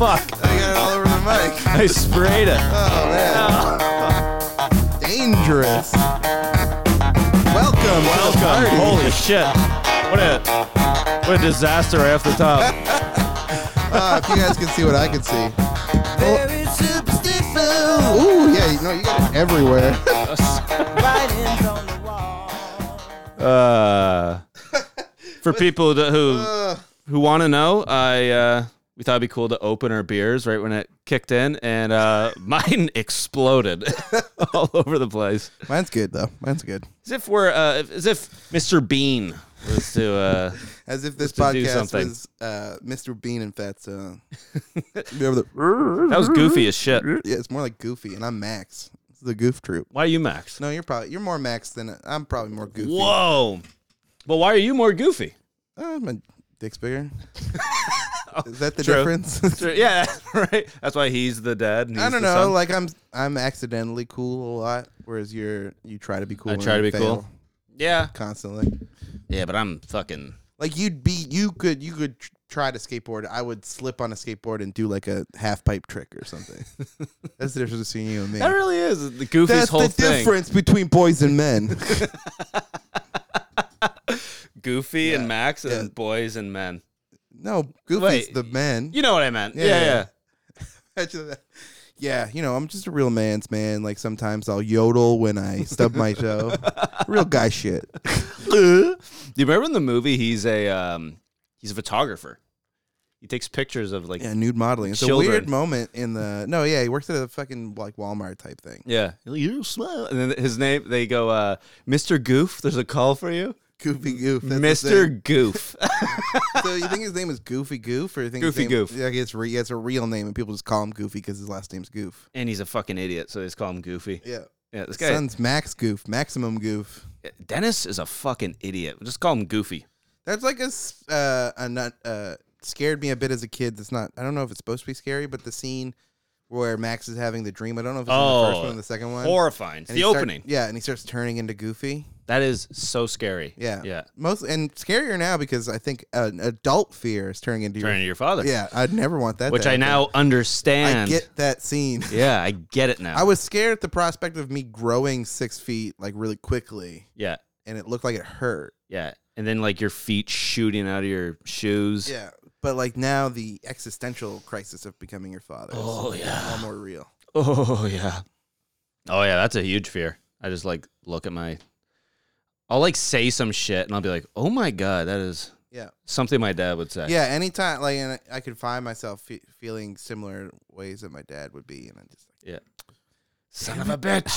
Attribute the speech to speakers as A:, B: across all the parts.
A: Fuck!
B: I got it all over the mic.
A: I sprayed it.
B: Oh man. Dangerous. Welcome. To the
A: Welcome.
B: party.
A: Holy shit! What a what a disaster right off the top.
B: Ah, if you guys can see what I can see. Ooh, yeah, you know, you got it everywhere.
A: Uh, for people that, who
B: Uh,
A: who want to know, I uh, we thought it'd be cool to open our beers right when it kicked in, and uh, mine exploded all over the place.
B: mine's good though. Mine's good.
A: As if we're uh, as if Mr. Bean was to uh,
B: As if this
A: Let's do
B: podcast
A: something.
B: was uh, Mr. Bean and Fat's. Uh, you ever the-
A: that was goofy as shit.
B: yeah, it's more like Goofy, and I'm Max. This is the Goof Troop.
A: Why are you Max?
B: No, you're probably you're more Max than I'm. Probably more Goofy.
A: Whoa! But why are you more goofy?
B: Uh, my dick's bigger. is that the
A: true.
B: difference?
A: Yeah, right. That's why he's the dad. And he's
B: I don't
A: the
B: know.
A: son.
B: Like I'm, I'm accidentally cool a lot, whereas you're, you try to be cool.
A: I
B: and
A: try to
B: you
A: be
B: fail
A: cool. yeah,
B: constantly.
A: yeah, but I'm fucking.
B: Like you'd be, you could, you could tr- try to skateboard. I would slip on a skateboard and do like a half pipe trick or something. That's the difference between you and me.
A: That really is the goofy's
B: That's
A: whole
B: the
A: thing.
B: difference between boys and men.
A: Goofy and Max and
B: yeah.
A: boys and men.
B: no, Goofy's
A: Wait.
B: the man.
A: You know what I meant. Yeah,
B: Yeah,
A: yeah.
B: yeah. Imagine that. Yeah, you know, I'm just a real man's man. Like sometimes I'll yodel when I stub my toe. real guy shit.
A: Do you remember in the movie he's a um, he's a photographer. He takes pictures of like yeah.
B: Yeah, nude modeling. It's a
A: Children.
B: weird moment in the. No, yeah, he works at a fucking like Walmart type thing.
A: You smile and then his name they go uh, Mr. Goof, there's a call for you.
B: Goofy Goof. that's his name.
A: Mr. Goof.
B: So you think his name is Goofy Goof, or you think his
A: Goofy
B: name-
A: Goof.
B: Like it's re, it's a real name, and people just call him Goofy because his last name's Goof.
A: and he's a fucking idiot, so they just call him Goofy.
B: Yeah.
A: Yeah, this guy
B: Son's Max Goof, Maximum Goof.
A: Dennis is a fucking idiot. Just call him Goofy.
B: That's like a s- uh, a nut uh, scared me a bit as a kid. That's not. I don't know if it's supposed to be scary, but the scene where Max is having the dream. I don't know if it's in the first
A: Oh,
B: one or the second one.
A: Horrifying. It's
B: And
A: the
B: he start-
A: opening.
B: yeah, and he starts turning into Goofy.
A: That is so scary.
B: Yeah.
A: Yeah.
B: Most and scarier now because I think an adult fear is turning into
A: Turning to your father.
B: your Yeah, I'd never want that.
A: Which
B: to
A: I
B: happen.
A: now
B: I
A: understand.
B: get that scene.
A: yeah, I get it now.
B: I was scared at the prospect of me growing six feet like really quickly
A: yeah.
B: and it looked like it hurt.
A: Yeah. And then like your feet shooting out of your shoes.
B: Yeah. But like now the existential crisis of becoming your father is
A: Oh, yeah.
B: a lot more real.
A: Oh yeah. Oh yeah, that's a huge fear. I just like look at my I'll like say some shit and I'll be like, "Oh my god, that is
B: Yeah.
A: something my dad would say."
B: Yeah. Anytime like and I could find myself fe- feeling similar ways that my dad would be and I just like,
A: Yeah. Son of a bitch.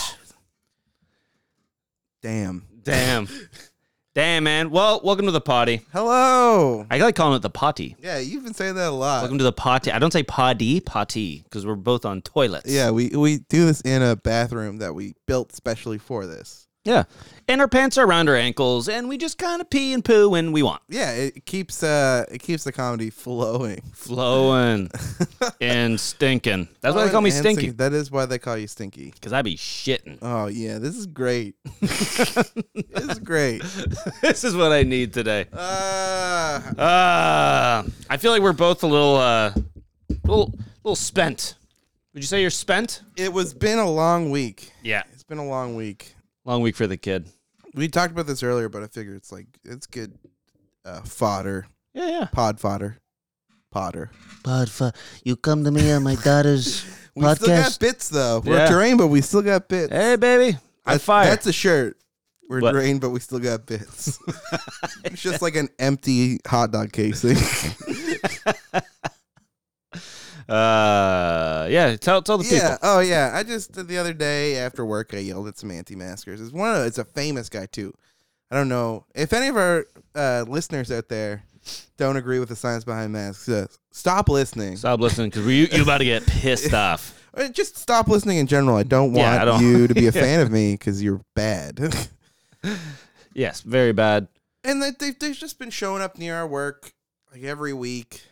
B: damn.
A: Damn. Damn, man. Well, welcome to the potty.
B: Hello.
A: I like calling it the potty.
B: Yeah, you've been saying that a lot.
A: Welcome to the potty. I don't say potty, potty, because we're both on toilets.
B: Yeah, we we do this in a bathroom that we built specially for this.
A: Yeah. And our pants are around our ankles, and we just kind of pee and poo when we want.
B: Yeah, it keeps uh it keeps the comedy flowing.
A: Flowing and stinking. That's why they call me
B: And
A: stinky,
B: That is why they call you Stinky.
A: because I be shitting.
B: Oh yeah, this is great. this is great.
A: this is what I need today.
B: Uh,
A: Uh, I feel like we're both a little, uh, little, little spent. Would you say you're spent?
B: it was been a long week.
A: Yeah.
B: It's been a long week.
A: Long week for the kid.
B: We talked about this earlier, but I figure it's like it's good uh, fodder,
A: Yeah, yeah.
B: pod fodder, podder.
C: But fu- you come to me on my daughter's
B: We still got
C: podcast.
B: bits though. We're
A: Yeah.
B: terrain, but we still got bits.
A: Hey, baby. I
B: That's-
A: fire.
B: That's a shirt. We're
A: What?
B: drained, but we still got bits. it's just like an empty hot dog casing.
A: uh, yeah. Tell, tell the people.
B: yeah. Oh yeah. I just the other day after work, I yelled at some anti-maskers. It's one. Of, it's a famous guy too. I don't know if any of our uh, listeners out there don't agree with the science behind masks. Uh, stop listening.
A: Stop listening because you you about to get pissed off.
B: Uh, Just stop listening in general. I don't want
A: Yeah, I don't-
B: you to be a fan of me because you're bad.
A: Yes, very bad.
B: and that they've, they've just been showing up near our work like every week.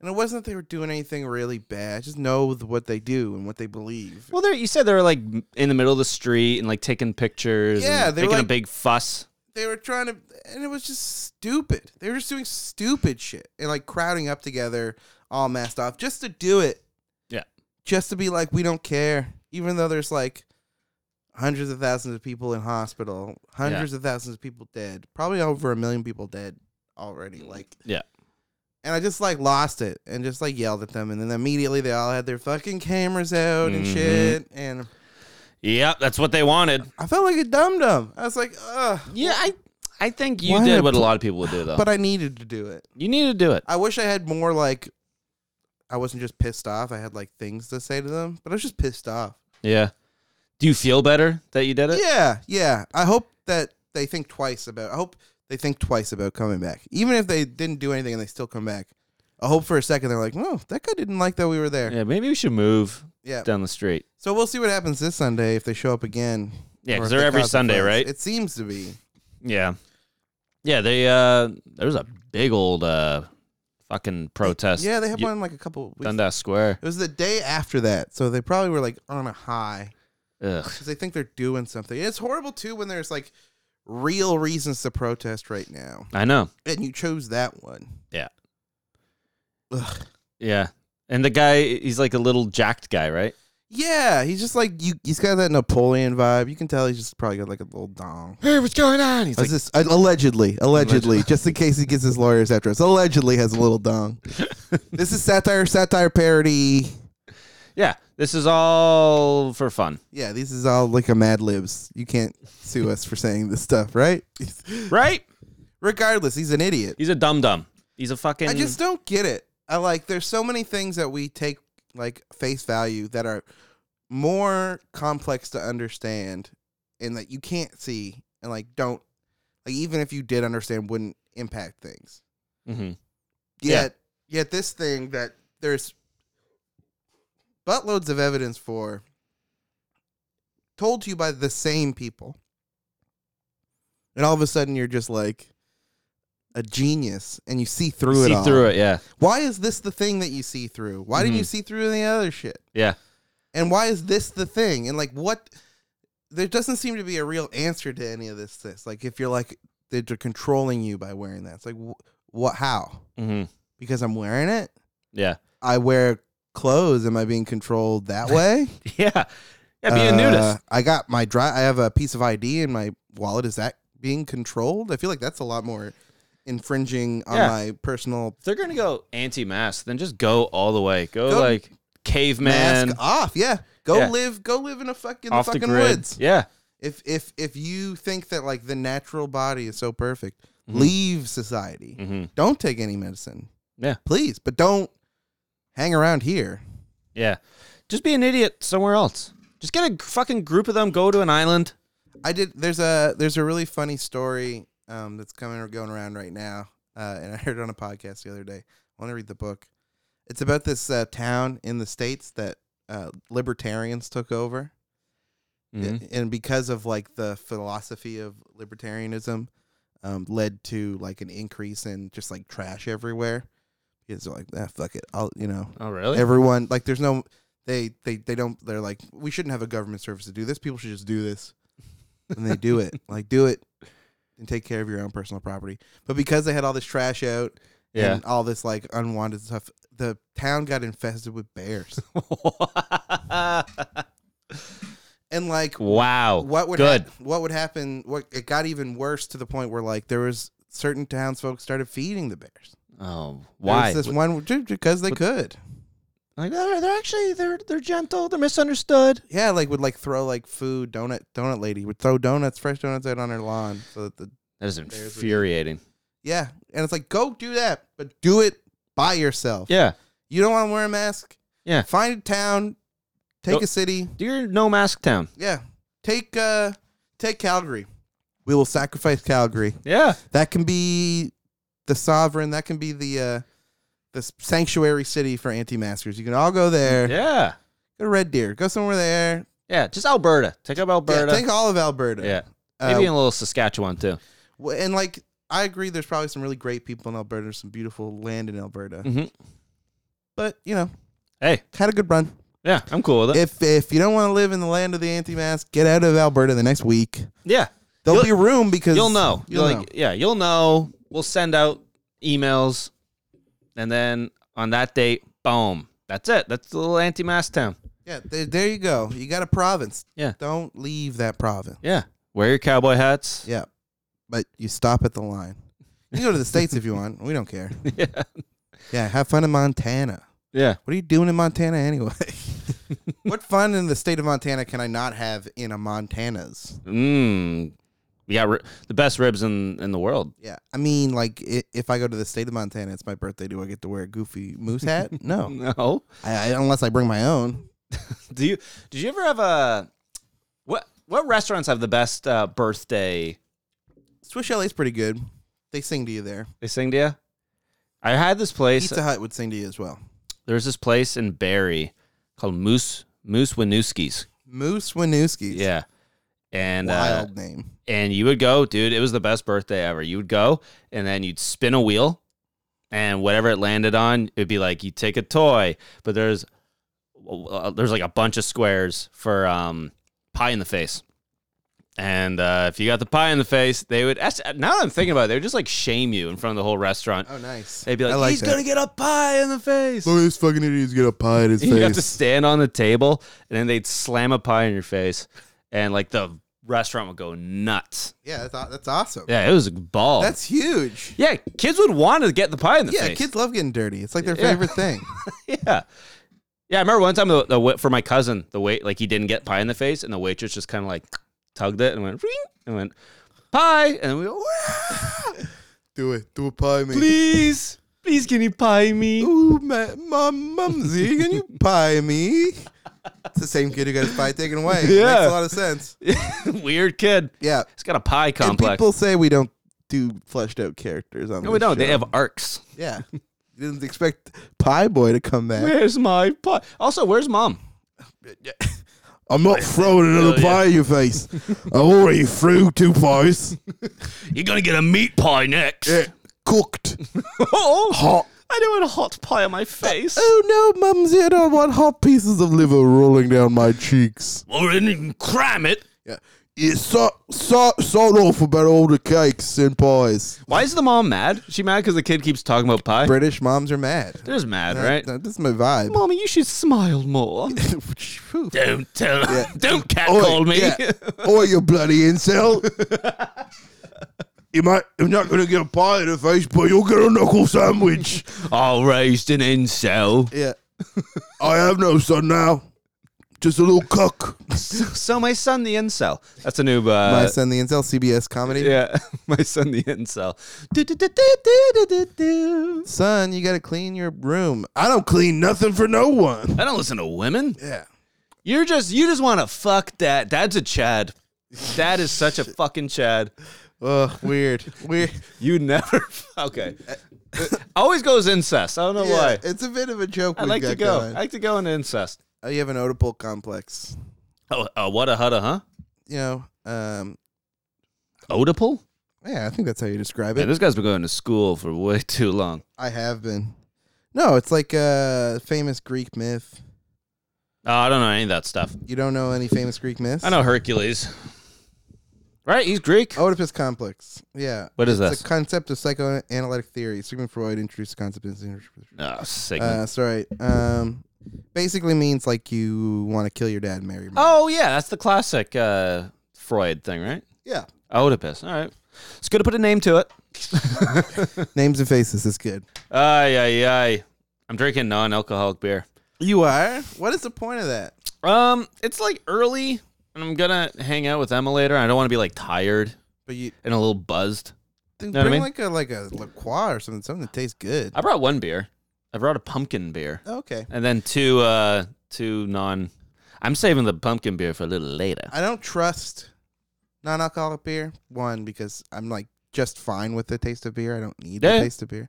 B: And it wasn't that they were doing anything really bad. Just know th- what they do and what they believe.
A: Well, there you said they were like m- in the middle of the street and like taking pictures.
B: Yeah,
A: and
B: they were,
A: making a
B: like-
A: big fuss.
B: They were trying to, and it was just stupid. They were just doing stupid shit and like crowding up together, all masked off, just to do it.
A: Yeah.
B: Just to be like, we don't care, even though there's like hundreds of thousands of people in hospital, hundreds of thousands of people dead, probably over a million people dead already. Like,
A: Mm, Yeah.
B: and I just like lost it and just like yelled at them, and then immediately they all had their fucking cameras out and
A: Mhm.
B: shit, and
A: Yep, that's what they wanted.
B: I felt like a dum dum. I was like, ugh.
A: Yeah, I I think you
B: Why
A: did
B: did
A: what
B: I
A: a lot of people would do though.
B: But I needed to do it.
A: you need to do it.
B: I wish I had more like. I wasn't just pissed off. I had like things to say to them, but I was just pissed off.
A: Yeah. Do you feel better that you did it?
B: Yeah, yeah. I hope that they think twice about. I hope they think twice about coming back, even if they didn't do anything and they still come back. I hope for a second they're like, "Oh, that guy didn't like that we were there."
A: Yeah, maybe we should move
B: Yeah.
A: down the street.
B: So we'll see what happens this Sunday if they show up again.
A: Yeah,
B: or
A: 'cause
B: if
A: they're
B: they
A: every
B: cause a
A: Sunday,
B: fuss.
A: right?
B: It seems to be.
A: Yeah. Yeah, they uh there was a big old uh fucking protest.
B: Yeah, they had
A: You-
B: one like a couple weeks.
A: Dundas Square.
B: It was the day after that, so they probably were like on a high
A: Ugh.
B: because they think they're doing something. It's horrible too when there's like real reasons to protest right now,
A: I know.
B: and you chose that one.
A: Yeah.
B: Ugh.
A: Yeah. And the guy he's like a little jacked guy, right?
B: Yeah, he's just like you. He's got that Napoleon vibe. You can tell he's just probably got like a little dong.
A: Hey, what's going on? He's
B: I was just- allegedly, allegedly, just in case he gets his lawyers after us. Allegedly has a little dong. this is satire, satire parody.
A: Yeah, this is all for fun.
B: Yeah, this is all like a Mad Libs. You can't sue us for saying this stuff, right?
A: Right?
B: Regardless, he's an idiot.
A: He's a dum dum. He's a fucking
B: I just don't get it. I like there's so many things that we take like face value that are more complex to understand and that you can't see and like don't like even if you did understand wouldn't impact things.
A: hmm Yeah.
B: Yet yet this thing that there's buttloads of evidence for told to you by the same people. And all of a sudden you're just like a genius and you see through it
A: see
B: all.
A: through it, yeah.
B: Why is this the thing that you see through? Why didn't you see through any other shit?
A: Mm-hmm. Yeah.
B: And why is this the thing? And like, what? There doesn't seem to be a real answer to any of this. This like, if you're like they're controlling you by wearing that, it's like, wh- what? How?
A: hmm
B: Because I'm wearing it.
A: Yeah.
B: I wear clothes. Am I being controlled that way?
A: Yeah. Yeah, be a
B: Uh,
A: nudist.
B: I got my dri I have a piece of ID in my wallet. Is that being controlled? I feel like that's a lot more infringing on
A: Yeah.
B: my personal
A: If they're gonna go anti-mask, then just go all the way. Go,
B: Go
A: like caveman
B: mask off. Yeah, go
A: Yeah.
B: live. Go live in a fucking
A: off the
B: fucking
A: grid.
B: woods.
A: Yeah,
B: If if if you think that like the natural body is so perfect,
A: Mm-hmm.
B: leave society.
A: Mhm.
B: Don't take any medicine.
A: Yeah.
B: please, but don't hang around here.
A: yeah. Just be an idiot somewhere else. Just get a g- fucking group of them. Go to an island.
B: I did. There's a there's a really funny story um, that's coming or going around right now, uh, and I heard it on a podcast the other day. I want to read the book. It's about this uh, town in the states that uh, libertarians took over.
A: Mhm.
B: and because of like the philosophy of libertarianism um, led to like an increase in just like trash everywhere because they're like ah, fuck it i'll you know
A: Oh really?
B: everyone like there's no they they they don't they're like we shouldn't have a government service to do this people should just do this and they do it like do it and take care of your own personal property but because they had all this trash out
A: yeah.
B: and all this like unwanted stuff the town got infested with bears and like
A: wow.
B: what would
A: Good.
B: hap- what would happen? What it got even worse to the point where like there was certain townsfolk started feeding the bears.
A: Oh,
B: There
A: why?
B: was this one ju- because they could.
A: Like they're, they're actually they're they're gentle. They're misunderstood.
B: Yeah, like would like throw like food donut donut lady would throw donuts fresh donuts out on her lawn so that the
A: That is
B: Bears would-
A: infuriating.
B: yeah and it's like go do that but do it by yourself.
A: Yeah.
B: You don't want to wear a mask.
A: Yeah.
B: Find a town, take
A: Go-
B: a city.
A: Do your no mask town.
B: Yeah, take uh take Calgary. We will sacrifice Calgary.
A: Yeah.
B: That can be the sovereign. That can be the uh, the s- sanctuary city for anti-maskers. You can all go there.
A: Yeah.
B: Go to Red Deer. Go somewhere there.
A: Yeah. Just Alberta. Take up Alberta.
B: Yeah, take all of Alberta.
A: yeah.
B: Uh,
A: Maybe in a little Saskatchewan too.
B: w- and like I agree, there's probably some really great people in Alberta. There's some beautiful land in Alberta.
A: Mhm.
B: But you know,
A: Hey,
B: had a good run.
A: yeah, I'm cool with it.
B: If if you don't want to live in the land of the anti-mask, get out of Alberta the next week.
A: yeah,
B: There'll
A: You'll-
B: be room because
A: you'll know.
B: You'll
A: like,
B: know.
A: yeah, you'll know. We'll send out emails, and then on that date, boom, that's it. That's the little anti-mask town.
B: Yeah, there, there you go. You got a province.
A: Yeah.
B: Don't leave that province.
A: Yeah, wear your cowboy hats.
B: Yeah. But you stop at the line. You can go to the States if you want. We don't care.
A: Yeah,
B: Yeah, have fun in Montana.
A: yeah,
B: What are you doing in Montana anyway? what fun in the state of Montana can I not have in a Montana's?
A: Mmm. We got ri- the best ribs in in the world.
B: Yeah. I mean, like, i if I go to the state of Montana, it's my birthday. Do I get to wear a goofy moose hat? No.
A: No.
B: I, I, unless I bring my own.
A: Do you did you ever have a what what restaurants have the best uh, birthday?
B: Swiss Chalet's pretty good. They sing to you there.
A: They sing to you. I had this place.
B: Pizza Hut would sing to you as well.
A: There's this place in Barrie called Moose Moose Winooski's.
B: Moose Winooski's.
A: Yeah, and uh,
B: Wild name.
A: and you would go, dude. It was the best birthday ever. You would go, and then you'd spin a wheel, and whatever it landed on, it'd be like you take a toy. But there's uh, there's like a bunch of squares for um, pie in the face. And uh, if you got the pie in the face, they would. act- Now that I'm thinking about it, they would just like shame you in front of the whole restaurant.
B: Oh, nice.
A: They'd be like,
B: I like
A: "He's
B: that.
A: gonna get a pie in the face."
B: Look at this fucking idiot's got a pie in his
A: You have to stand on the table, and then they'd slam a pie in your face, and like the restaurant would go nuts.
B: yeah, that's, aw- that's awesome.
A: Yeah, it was a ball.
B: That's huge.
A: Oh. yeah, kids would want to get the pie in the
B: Yeah,
A: face.
B: kids love getting dirty. It's like their
A: Yeah.
B: favorite thing.
A: Yeah, yeah. I remember one time the, the wait- for my cousin, the wait like he didn't get pie in the face, and the waitress just kind of like tugged it and went ring and went pie, and we go
B: do it. Do a pie, me.
A: please, please can you pie me?
B: Ooh, my, my mumsy, can you pie me? It's the same kid who got his pie taken away. It
A: Yeah.
B: makes a lot of sense.
A: Weird kid.
B: Yeah.
A: He's got a pie
B: And
A: complex.
B: people say we don't do fleshed out characters on
A: no,
B: this
A: we don't. They
B: show.
A: have arcs.
B: Yeah. You didn't expect Pie Boy to come back.
A: Where's my pie? Also, where's mom?
B: I'm not throwing
A: another yeah. pie
B: in your face. I already threw two pies.
A: You're gonna get a meat pie next.
B: Cooked.
A: oh,
B: Hot.
A: I don't want a hot pie on my face.
B: Oh no, Mumsy, I don't want hot pieces of liver rolling down my cheeks.
A: Or and cram it.
B: Yeah. It's so, so, sod off about all the cakes and pies.
A: Why is the mom mad? Is she mad because the kid keeps talking about pie?
B: British moms are mad.
A: They're just mad,
B: That-
A: right?
B: that- That's my vibe.
A: Mommy, you should smile more.
B: Phew.
A: don't tell. Don't
B: Oi,
A: catcall me.
B: yeah. Oi, you bloody incel. You might, you're not going to get a pie in the face, but you'll get a knuckle sandwich.
A: I raised an incel.
B: Yeah. I have no son now. Just a little cuck.
A: So my son, the incel. That's a new. Uh,
B: My son, the incel, CBS comedy.
A: yeah, my son, the incel. Do-do-do-do-do-do-do.
B: Son, you got to clean your room. I don't clean nothing for no one.
A: I don't listen to women.
B: Yeah.
A: You're just you just want to fuck dad. Dad's a Chad. Dad is such a fucking Chad.
B: Ugh, weird. Weird.
A: You never okay. Always goes incest. I don't know why.
B: It's a bit of a joke.
A: I
B: we
A: like
B: got
A: to go.
B: going.
A: I like to go into incest.
B: Oh, you have an Oedipal complex.
A: Oh, uh, what a hudda, huh?
B: You know, um,
A: Oedipal?
B: yeah, I think that's how you describe
A: Man,
B: it.
A: this guy's been going to school for way too long.
B: I have been. No, it's like a famous Greek myth.
A: Oh, I don't know any of that stuff.
B: You don't know any famous Greek myths?
A: I know Hercules. Right? He's Greek.
B: Oedipus complex. Yeah.
A: what is
B: It's
A: this?
B: a concept of psychoanalytic theory. Sigmund Freud introduced the concept of
A: oh, Sigmund.
B: Uh, sorry. Um, basically means like you want to kill your dad and marry your mom.
A: oh yeah, that's the classic uh, Freud thing, right?
B: Yeah.
A: Oedipus. All right. It's good to put a name to it.
B: Names and faces is good.
A: Ay, ay, ay. I'm drinking non alcoholic beer.
B: You are? What is the point of that?
A: Um, it's like early, and I'm gonna hang out with Emma later. I don't want to be like tired
B: But you
A: and a little buzzed.
B: think
A: Know what I
B: bring
A: mean?
B: like a like a La Croix or something, something that tastes good.
A: I brought one beer. I brought a pumpkin beer,
B: Okay.
A: and then two, uh, two non. I'm saving the pumpkin beer for a little later.
B: I don't trust non alcoholic beer. One, because I'm like just fine with the taste of beer. I don't need
A: Yeah.
B: the taste of beer.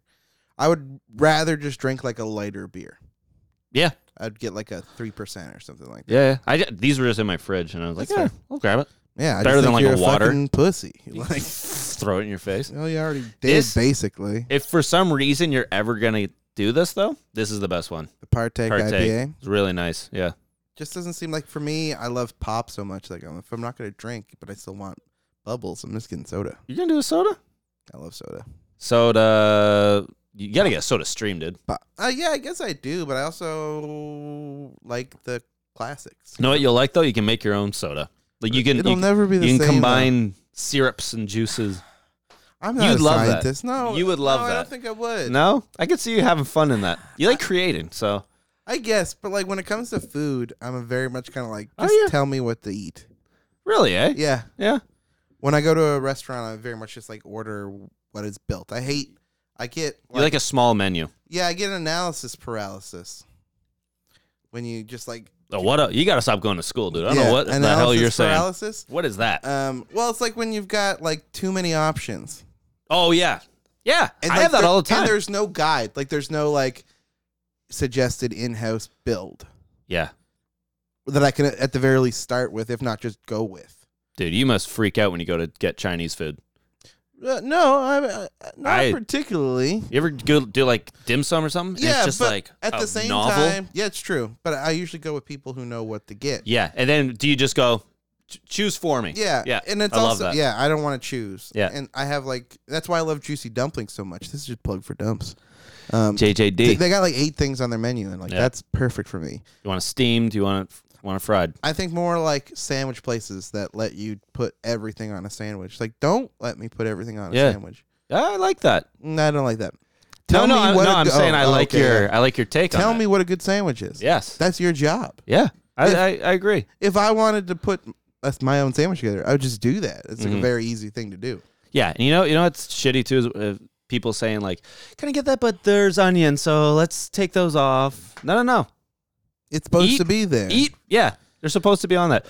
B: I would rather just drink like a lighter beer.
A: Yeah,
B: I'd get like a three percent or something like that.
A: yeah. yeah. I ju- these were just in my fridge, and I was like,
B: That's
A: yeah,
B: fair.
A: I'll grab it,
B: Yeah, I
A: Better
B: just think
A: than, like,
B: you're
A: a water.
B: fucking pussy. Like,
A: throw it in your face.
B: well, you already did
A: This-
B: basically.
A: If for some reason you're ever gonna do this though, this is the best one.
B: The partake,
A: Partake.
B: IPA
A: It's really nice. Yeah.
B: just doesn't seem like for me. I love pop so much. Like I'm, if I'm not gonna drink, but I still want bubbles, I'm just getting soda.
A: You gonna do a soda?
B: I love soda.
A: Soda. You gotta get a soda stream, dude.
B: Pop. Uh, yeah, I guess I do, but I also like the classics.
A: You know what you'll like though? You can make your own soda. Like you can.
B: It'll
A: You,
B: never be the
A: you can
B: same. though.
A: combine syrups and juices.
B: I'm not
A: You'd
B: a
A: love that.
B: scientist. No,
A: You would love
B: no, I don't
A: that.
B: think I would.
A: No, I could see you having fun in that. You like creating, so
B: I guess, but like when it comes to food, I'm a very much kind of like
A: Oh,
B: just
A: yeah.
B: tell me what to eat.
A: really, eh?
B: Yeah.
A: Yeah.
B: When I go to a restaurant, I very much just like order what is built. I hate. I get
A: You like a small menu.
B: yeah, I get analysis paralysis. When you just like
A: Oh, what? A, you gotta stop going to school, dude. I don't
B: yeah,
A: know what the hell
B: analysis
A: you're saying.
B: paralysis.
A: What is that?
B: Um, well, it's like when you've got like too many options.
A: oh yeah, yeah. I
B: like,
A: have that
B: there-
A: all the time.
B: And there's no guide. Like there's no like suggested in-house build
A: yeah,
B: that I can at the very least start with, if not just go with.
A: dude, you must freak out when you go to get Chinese food.
B: Uh, no, I, uh, not
A: I-
B: particularly.
A: You ever go do like dim sum or something? and
B: Yeah,
A: it's just
B: but
A: like
B: at
A: a
B: the same
A: novel.
B: time, yeah, it's true. But I usually go with people who know what to get.
A: Yeah, and then do you just go "Ch- choose for me?
B: Yeah,
A: yeah.
B: and it's
A: I love
B: also
A: that.
B: yeah. I don't want to choose.
A: Yeah.
B: and I have like that's why I love juicy dumplings so much. This is just plug for dumps. Um,
A: JJD.
B: they, they got like eight things on their menu, and like
A: Yeah.
B: that's perfect for me.
A: you want it steamed? You want it want it fried?
B: I think more like sandwich places that let you put everything on a sandwich. Like, don't let me put everything on a
A: Yeah.
B: sandwich.
A: Yeah, I like that.
B: Mm, I don't like that.
A: no, no, I'm, no.
B: a
A: I'm
B: go-
A: saying I
B: oh,
A: like
B: okay,
A: your
B: yeah.
A: I like your take
B: Tell
A: on
B: me what a good sandwich is.
A: That. Yes.
B: That's your job.
A: yeah. I,
B: If-
A: I, I agree.
B: if I wanted to put us- my own sandwich together, I would just do that. It's like
A: Mhm.
B: a very easy thing to do.
A: Yeah, and you know, you know, it's shitty too. Is uh, people saying like, "Can I get that?" But there's onion, so let's take those off. No, no, no.
B: It's supposed
A: Eat-
B: to be there.
A: Eat. Yeah, they're supposed to be on that.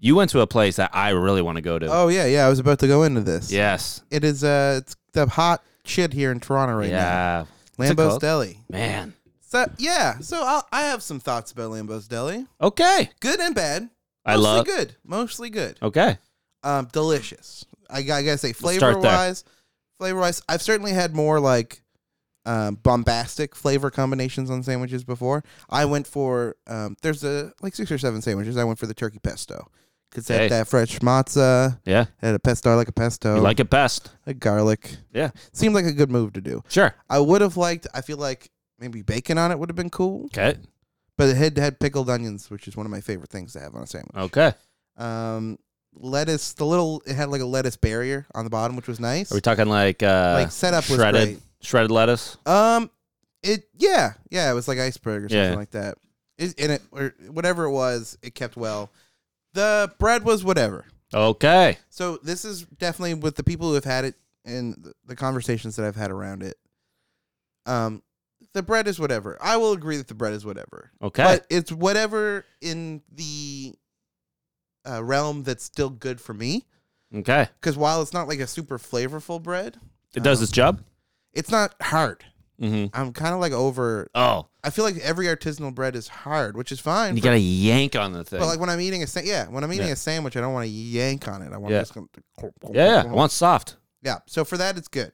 A: You went to a place that I really want to go to.
B: Oh yeah, yeah. I was about to go into this.
A: yes.
B: it is. Uh, it's the hot shit here in Toronto right
A: yeah.
B: now.
A: What's it
B: Lambo's
A: called?
B: Deli.
A: Man.
B: So yeah, so I'll, I have some thoughts about Lambo's Deli.
A: Okay.
B: Good and bad.
A: I
B: Mostly
A: love-
B: good. Mostly good.
A: Okay.
B: Um, delicious. I, got- I gotta say,
A: start
B: flavor
A: there.
B: wise, flavor wise, I've certainly had more like um, bombastic flavor combinations on sandwiches before. I went for um, there's a like six or seven sandwiches. I went for the turkey pesto because
A: Hey.
B: had that fresh matzah,
A: Yeah.
B: had a pesto I like a pesto,
A: You like it best.
B: a garlic.
A: Yeah.
B: seemed like a good move to do.
A: Sure.
B: I would have liked. I feel like maybe bacon on it would have been cool,
A: Okay.
B: but it had had pickled onions, which is one of my favorite things to have on a sandwich
A: Okay.
B: um lettuce the little it had like a lettuce barrier on the bottom which was nice
A: Are we talking like uh
B: like setup was
A: shredded shredded lettuce?
B: great um it yeah yeah it was like iceberg or something
A: Yeah.
B: like that it, and it or whatever it was it kept well the bread was whatever
A: Okay.
B: so this is definitely with the people who have had it and th- the conversations that I've had around it um the bread is whatever I will agree that the bread is whatever
A: Okay.
B: but it's whatever in the uh, realm that's still good for me
A: okay.
B: because while it's not like a super flavorful bread, um,
A: It does its job.
B: it's not hard.
A: Mm-hmm.
B: I'm kind of like over.
A: Oh,
B: I feel like every artisanal bread is hard, which is fine.
A: you
B: for-
A: gotta yank on the thing.
B: but like when I'm eating a sa- yeah, when I'm eating
A: Yeah.
B: a sandwich, I don't want to yank on it. I want
A: Yeah.
B: to just go,
A: yeah, yeah. I want soft.
B: yeah. So for that, it's good.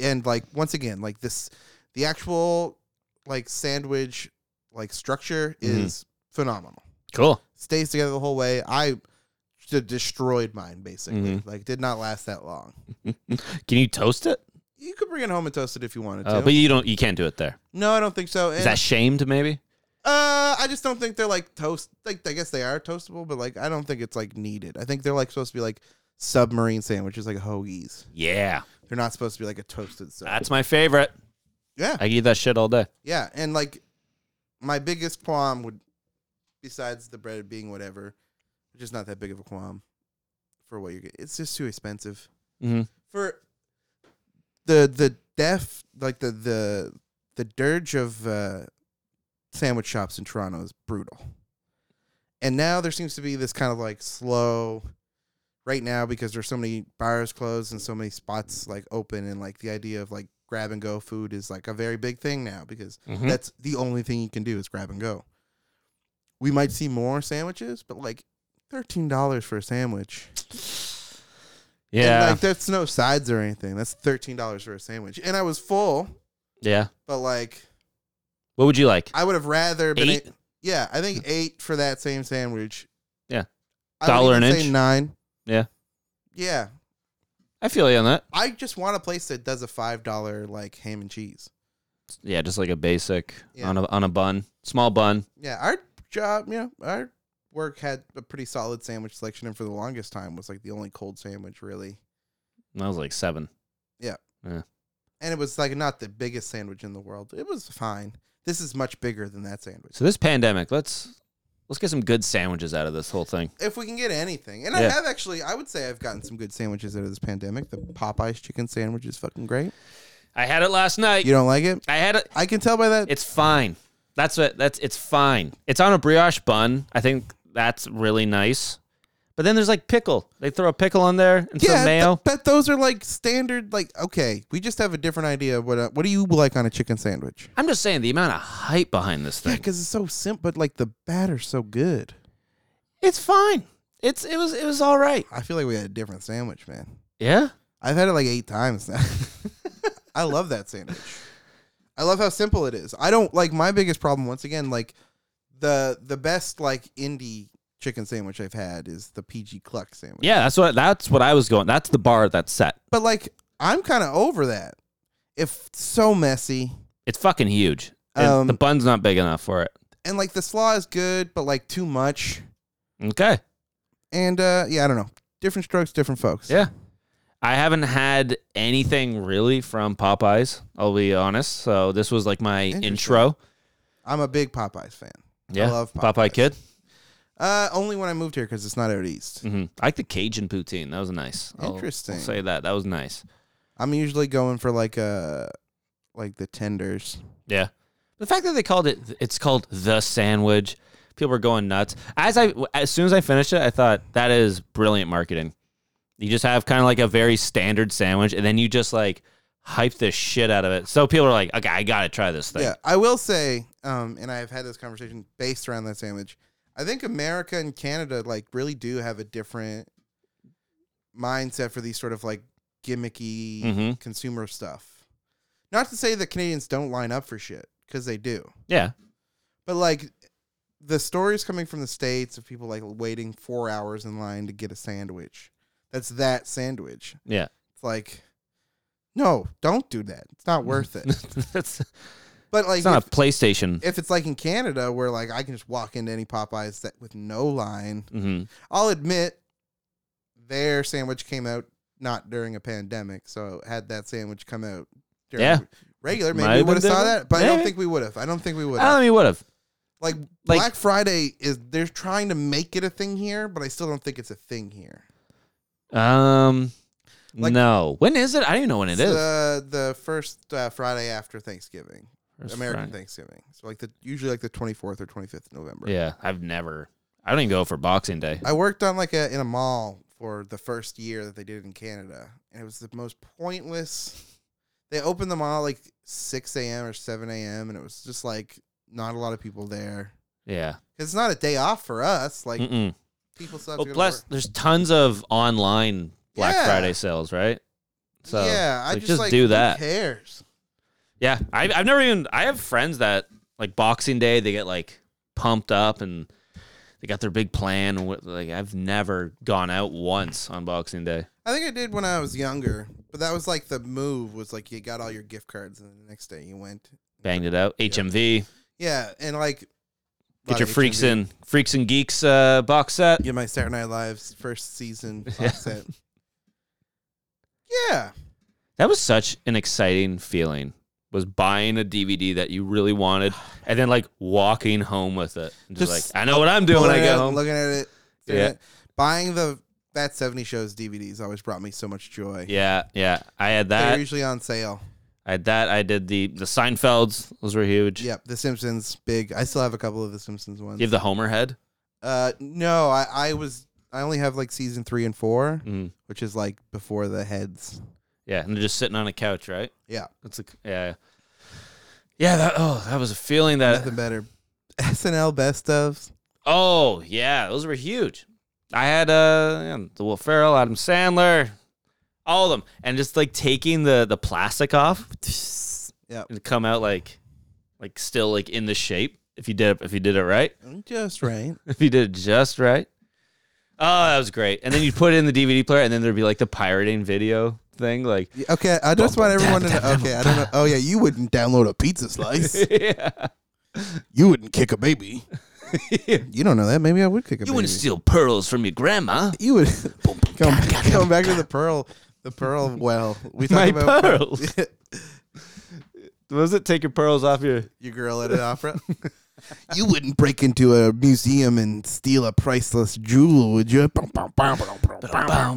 B: And like once again, like this, the actual like sandwich like structure
A: Mhm.
B: is phenomenal.
A: Cool.
B: Stays together the whole way. I d- destroyed mine basically.
A: Mm-hmm.
B: Like did not last that long.
A: Can you toast it?
B: You could bring it home and toast it if you wanted to.
A: Uh, but you don't. You can't do it there.
B: No, I don't think so.
A: Is
B: And,
A: that shamed? Maybe.
B: uh, I just don't think they're like toast. Like I guess they are toastable, but like I don't think it's like needed. I think they're like supposed to be like submarine sandwiches, like hoagies.
A: Yeah,
B: They're not supposed to be like a toasted sandwich.
A: that's my favorite.
B: Yeah,
A: I can eat that shit all day.
B: yeah, and like my biggest qualm would, besides the bread being whatever, which is not that big of a qualm for what you're getting. It's just too expensive
A: Mm-hmm.
B: for the the def like the the the dirge of uh, sandwich shops in Toronto is brutal, and now there seems to be this kind of like slow. Right now, because there's so many bars closed and so many spots like open, and like the idea of like grab and go food is like a very big thing now because
A: Mhm.
B: that's the only thing you can do is grab and go. We might see more sandwiches, but like thirteen dollars for a sandwich. And,
A: Yeah,
B: like that's no sides or anything. That's thirteen dollars for a sandwich. And I was full,
A: yeah.
B: but like
A: What would you like?
B: I would have rather been.
A: Eight?
B: a- yeah, I think eight for that same sandwich.
A: Yeah.
B: I would
A: Dollar an
B: even say
A: inch?
B: Nine.
A: Yeah.
B: Yeah,
A: I feel you on that.
B: I just want a place that does a five dollar like ham and cheese.
A: Yeah, just like a basic
B: Yeah.
A: on a on a bun, small bun.
B: Yeah, our job, you know, our work had a pretty solid sandwich selection, and for the longest time was like the only cold sandwich really.
A: That was like seven.
B: And it was like not the biggest sandwich in the world. It was fine. This is much bigger than that sandwich.
A: So this pandemic, let's let's get some good sandwiches out of this whole thing.
B: If we can get anything, and I
A: Yeah.
B: have actually, I would say I've gotten some good sandwiches out of this pandemic. The Popeyes chicken sandwich is fucking great.
A: I had it last night.
B: You don't like it?
A: I had it.
B: I can tell by that.
A: It's fine. That's what that's it's fine. It's on a brioche bun. I think that's really nice. But then there's like pickle. They throw a pickle on there and
B: yeah,
A: some mayo.
B: but those are like standard. Like, okay, we just have a different idea. Of what uh, What do you like on a chicken sandwich?
A: I'm just saying the amount of hype behind this
B: Yeah,
A: thing.
B: because it's so simple, but like the batter's so good.
A: It's fine. It's it was it was all right.
B: I feel like we had a different sandwich, man.
A: Yeah.
B: I've had it like eight times now. I love that sandwich. I love how simple it is. I don't like my biggest problem once again, like the the best like indie chicken sandwich I've had is the PG Cluck sandwich.
A: Yeah, that's what that's what I was going. That's the bar that's set.
B: But like I'm kinda over that. If so messy.
A: It's fucking huge. And
B: Um,
A: the bun's not big enough for it.
B: And like the slaw is good, but like too much.
A: Okay.
B: And uh yeah, I don't know. Different strokes, different folks.
A: Yeah. I haven't had anything really from Popeyes, I'll be honest. So this was like my
B: Interesting.
A: intro.
B: I'm a big Popeyes fan.
A: Yeah.
B: love
A: Popeye
B: Popeyes.
A: Kid.
B: Uh only when I moved here because it's not out east.
A: hmm I like the Cajun poutine. That was nice. I'll- I'll
B: Interesting.
A: say that. That was nice.
B: I'm usually going for like uh like the tenders.
A: Yeah. The fact that they called it, it's called the sandwich. People were going nuts. As I, as soon as I finished it, I thought that is brilliant marketing. You just have kind of like a very standard sandwich, and then you just like hype the shit out of it. So people are like, okay, I gotta try this thing.
B: Yeah, I will say, um, and I've had this conversation based around that sandwich. I think America and Canada like really do have a different mindset for these sort of like gimmicky
A: Mhm.
B: consumer stuff. Not to say that Canadians don't line up for shit because they do,
A: Yeah.
B: but like the stories coming from the states of people like waiting four hours in line to get a sandwich. That's that sandwich.
A: Yeah.
B: It's like, no, don't do that. It's not worth it.
A: That's
B: But like,
A: it's not
B: if-
A: a PlayStation.
B: if it's like in Canada where like I can just walk into any Popeyes that with no line,
A: hmm
B: I'll admit their sandwich came out not during a pandemic, so had that sandwich come out during
A: Yeah.
B: regular,
A: Might
B: maybe
A: have
B: we would have
A: been
B: saw
A: different.
B: that, but I don't
A: Maybe.
B: think we would have. I don't think we would
A: I don't
B: have.
A: think would have.
B: Like,
A: like-
B: Black Friday is they're trying to make it a thing here, but I still don't think it's a thing here.
A: Um,
B: Like-
A: no. When is it? I don't even know when it is.
B: uh, the first uh, Friday after Thanksgiving,
A: First
B: American
A: Friday.
B: Thanksgiving. So like the usually like the twenty fourth or twenty fifth of November.
A: Yeah, I've never. I don't even go for Boxing Day.
B: I worked on like a in a mall for the first year that they did it in Canada, and it was the most pointless. They opened the mall like six a.m. or seven a.m., and it was just like not a lot of people there.
A: Yeah.
B: 'Cause it's not a day off for us. Like
A: Mm-mm.
B: people still have
A: Well,
B: to go to
A: plus
B: work.
A: there's tons of online Black
B: Yeah.
A: Friday sales, right? So yeah,
B: yeah, I
A: like,
B: just,
A: just
B: like,
A: do
B: who
A: that.
B: cares?
A: I've, I've never even. I have friends that like Boxing Day, they get like pumped up and they got their big plan. and what- Like I've never gone out once on Boxing Day.
B: I think I did when I was younger, but that was like the move was like you got all your gift cards, and the next day you went.
A: Banged it out. HMV.
B: Yeah, and like
A: Get
B: lot
A: your
B: of
A: freaks
B: HMV.
A: and freaks and geeks uh, box set.
B: Yeah, my Saturday Night Live's first season
A: Yeah.
B: offset. yeah.
A: That was such an exciting feeling. Was buying a DVD that you really wanted, and then like walking home with it. And Just,
B: Just
A: like I know what I'm doing when I
B: Pulling it
A: get
B: out,
A: home.
B: Looking at it. doing
A: Yeah.
B: it. Buying the That 70 Shows DVDs always brought me so much joy.
A: yeah, yeah. I had
B: They're
A: that.
B: usually on sale.
A: I had that. I did the the Seinfelds. Those were huge.
B: Yep. The Simpsons, big. I still have a couple of The Simpsons ones.
A: You have the Homer head.
B: uh, no, I, I was. I only have like season three and four,
A: Mm.
B: which is like before the heads.
A: Yeah, and they're just sitting on a couch, right?
B: Yeah.
A: That's like yeah, yeah. That oh, that was a feeling that
B: Nothing better. SNL best ofs.
A: oh yeah, those were huge. I had uh yeah, the Will Ferrell, Adam Sandler, all of them, and just like taking the the plastic off
B: Yep.
A: and come out like like still like in the shape if you did if you did it right.
B: Just right.
A: if you did it just right. Oh, that was great. And then you'd put it in the DVD player, and then there'd be like the pirating video thing, like
B: Yeah, Okay, I just want everyone to know. Okay, I don't know. Oh yeah, you wouldn't download a pizza slice.
A: yeah.
B: you wouldn't kick a baby. You don't know that. Maybe I would kick a
A: You
B: baby.
A: wouldn't steal pearls from your grandma.
B: You would come, come back to the pearl, the pearl well. We talk
A: My
B: about
A: pearls. What was it? Take your pearls off your.
B: your girl at an opera. you wouldn't break into a museum and steal a priceless jewel, would you?
A: Boom, boom,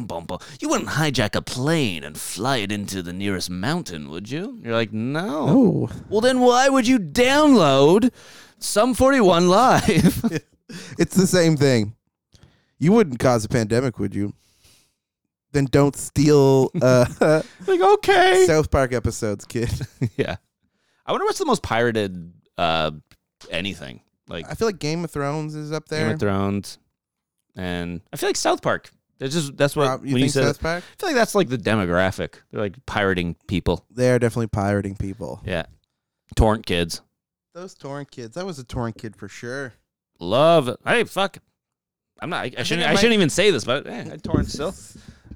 A: boom. You wouldn't hijack a plane and fly it into the nearest mountain, would you? You're like, no.
B: Oh,
A: Well, then why would you download some 41 Live?
B: it's the same thing. You wouldn't cause a pandemic, would you? Then don't steal uh,
A: like, okay.
B: South Park episodes, kid.
A: yeah. I wonder what's the most pirated uh, anything. Like,
B: I feel like Game of Thrones is up there.
A: Game of Thrones, and I feel like South Park. That's just that's what
B: Rob, you
A: when you
B: think
A: said.
B: South Park?
A: I feel like that's like the demographic. They're like pirating people.
B: They are definitely pirating people.
A: Yeah, torrent kids
B: Those torrent kids. I was a torrent kid for sure.
A: love. Hey, fuck. I'm not. I, I shouldn't.
B: I
A: I,
B: might-
A: shouldn't even say this, but eh, I torrent still.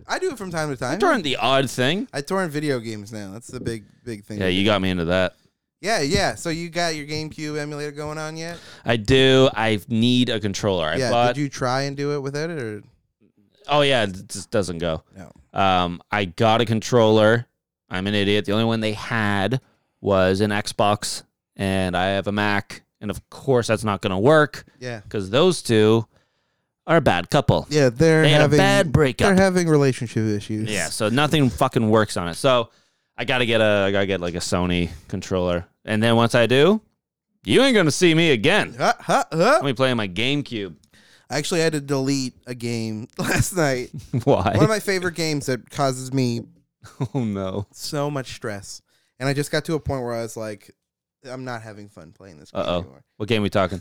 B: I do it from time to
A: I
B: time.
A: torrent the odd thing.
B: I torrent video games now. That's the big, big thing.
A: Yeah, you got me into that.
B: yeah, yeah. So you got your GameCube emulator going on yet?
A: I do. I need a controller. I
B: yeah.
A: bought.
B: Did you try and do it without it, or
A: oh yeah, it just doesn't go.
B: no?
A: Um, I got a controller. I'm an idiot. The only one they had was an Xbox, and I have a Mac. And of course, that's not going to work
B: Yeah,
A: because those two are a bad couple.
B: yeah. They're
A: They had a
B: having
A: bad breakup.
B: They're having relationship issues.
A: Yeah, so nothing fucking works on it. So I gotta get a, I gotta get like a Sony controller, and then once I do, you ain't gonna see me again.
B: Huh, huh, huh.
A: Let me play my GameCube.
B: I actually had to delete a game last night. One of
A: Why?
B: my favorite games that causes me
A: oh no.
B: so much stress, and I just got to a point where I was like, I'm not having fun playing this game
A: Uh-oh.
B: anymore.
A: What game we talking?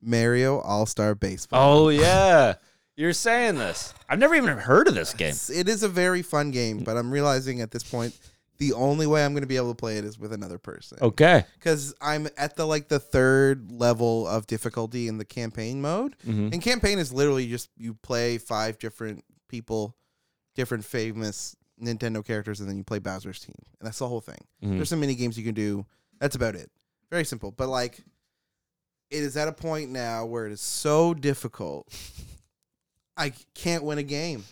B: Mario All Star Baseball.
A: Oh yeah, you're saying this. I've never even heard of this game.
B: It's- It is a very fun game, but I'm realizing at this point the only way I'm going to be able to play it is with another person.
A: Okay.
B: Cuz I'm at the like the third level of difficulty in the campaign mode.
A: Mhm.
B: And campaign is literally just you play five different people, different famous Nintendo characters and then you play Bowser's team. And that's the whole thing.
A: Mhm.
B: There's some mini games you can do. That's about it. Very simple. But like it is at a point now where it is so difficult. I can't win a game.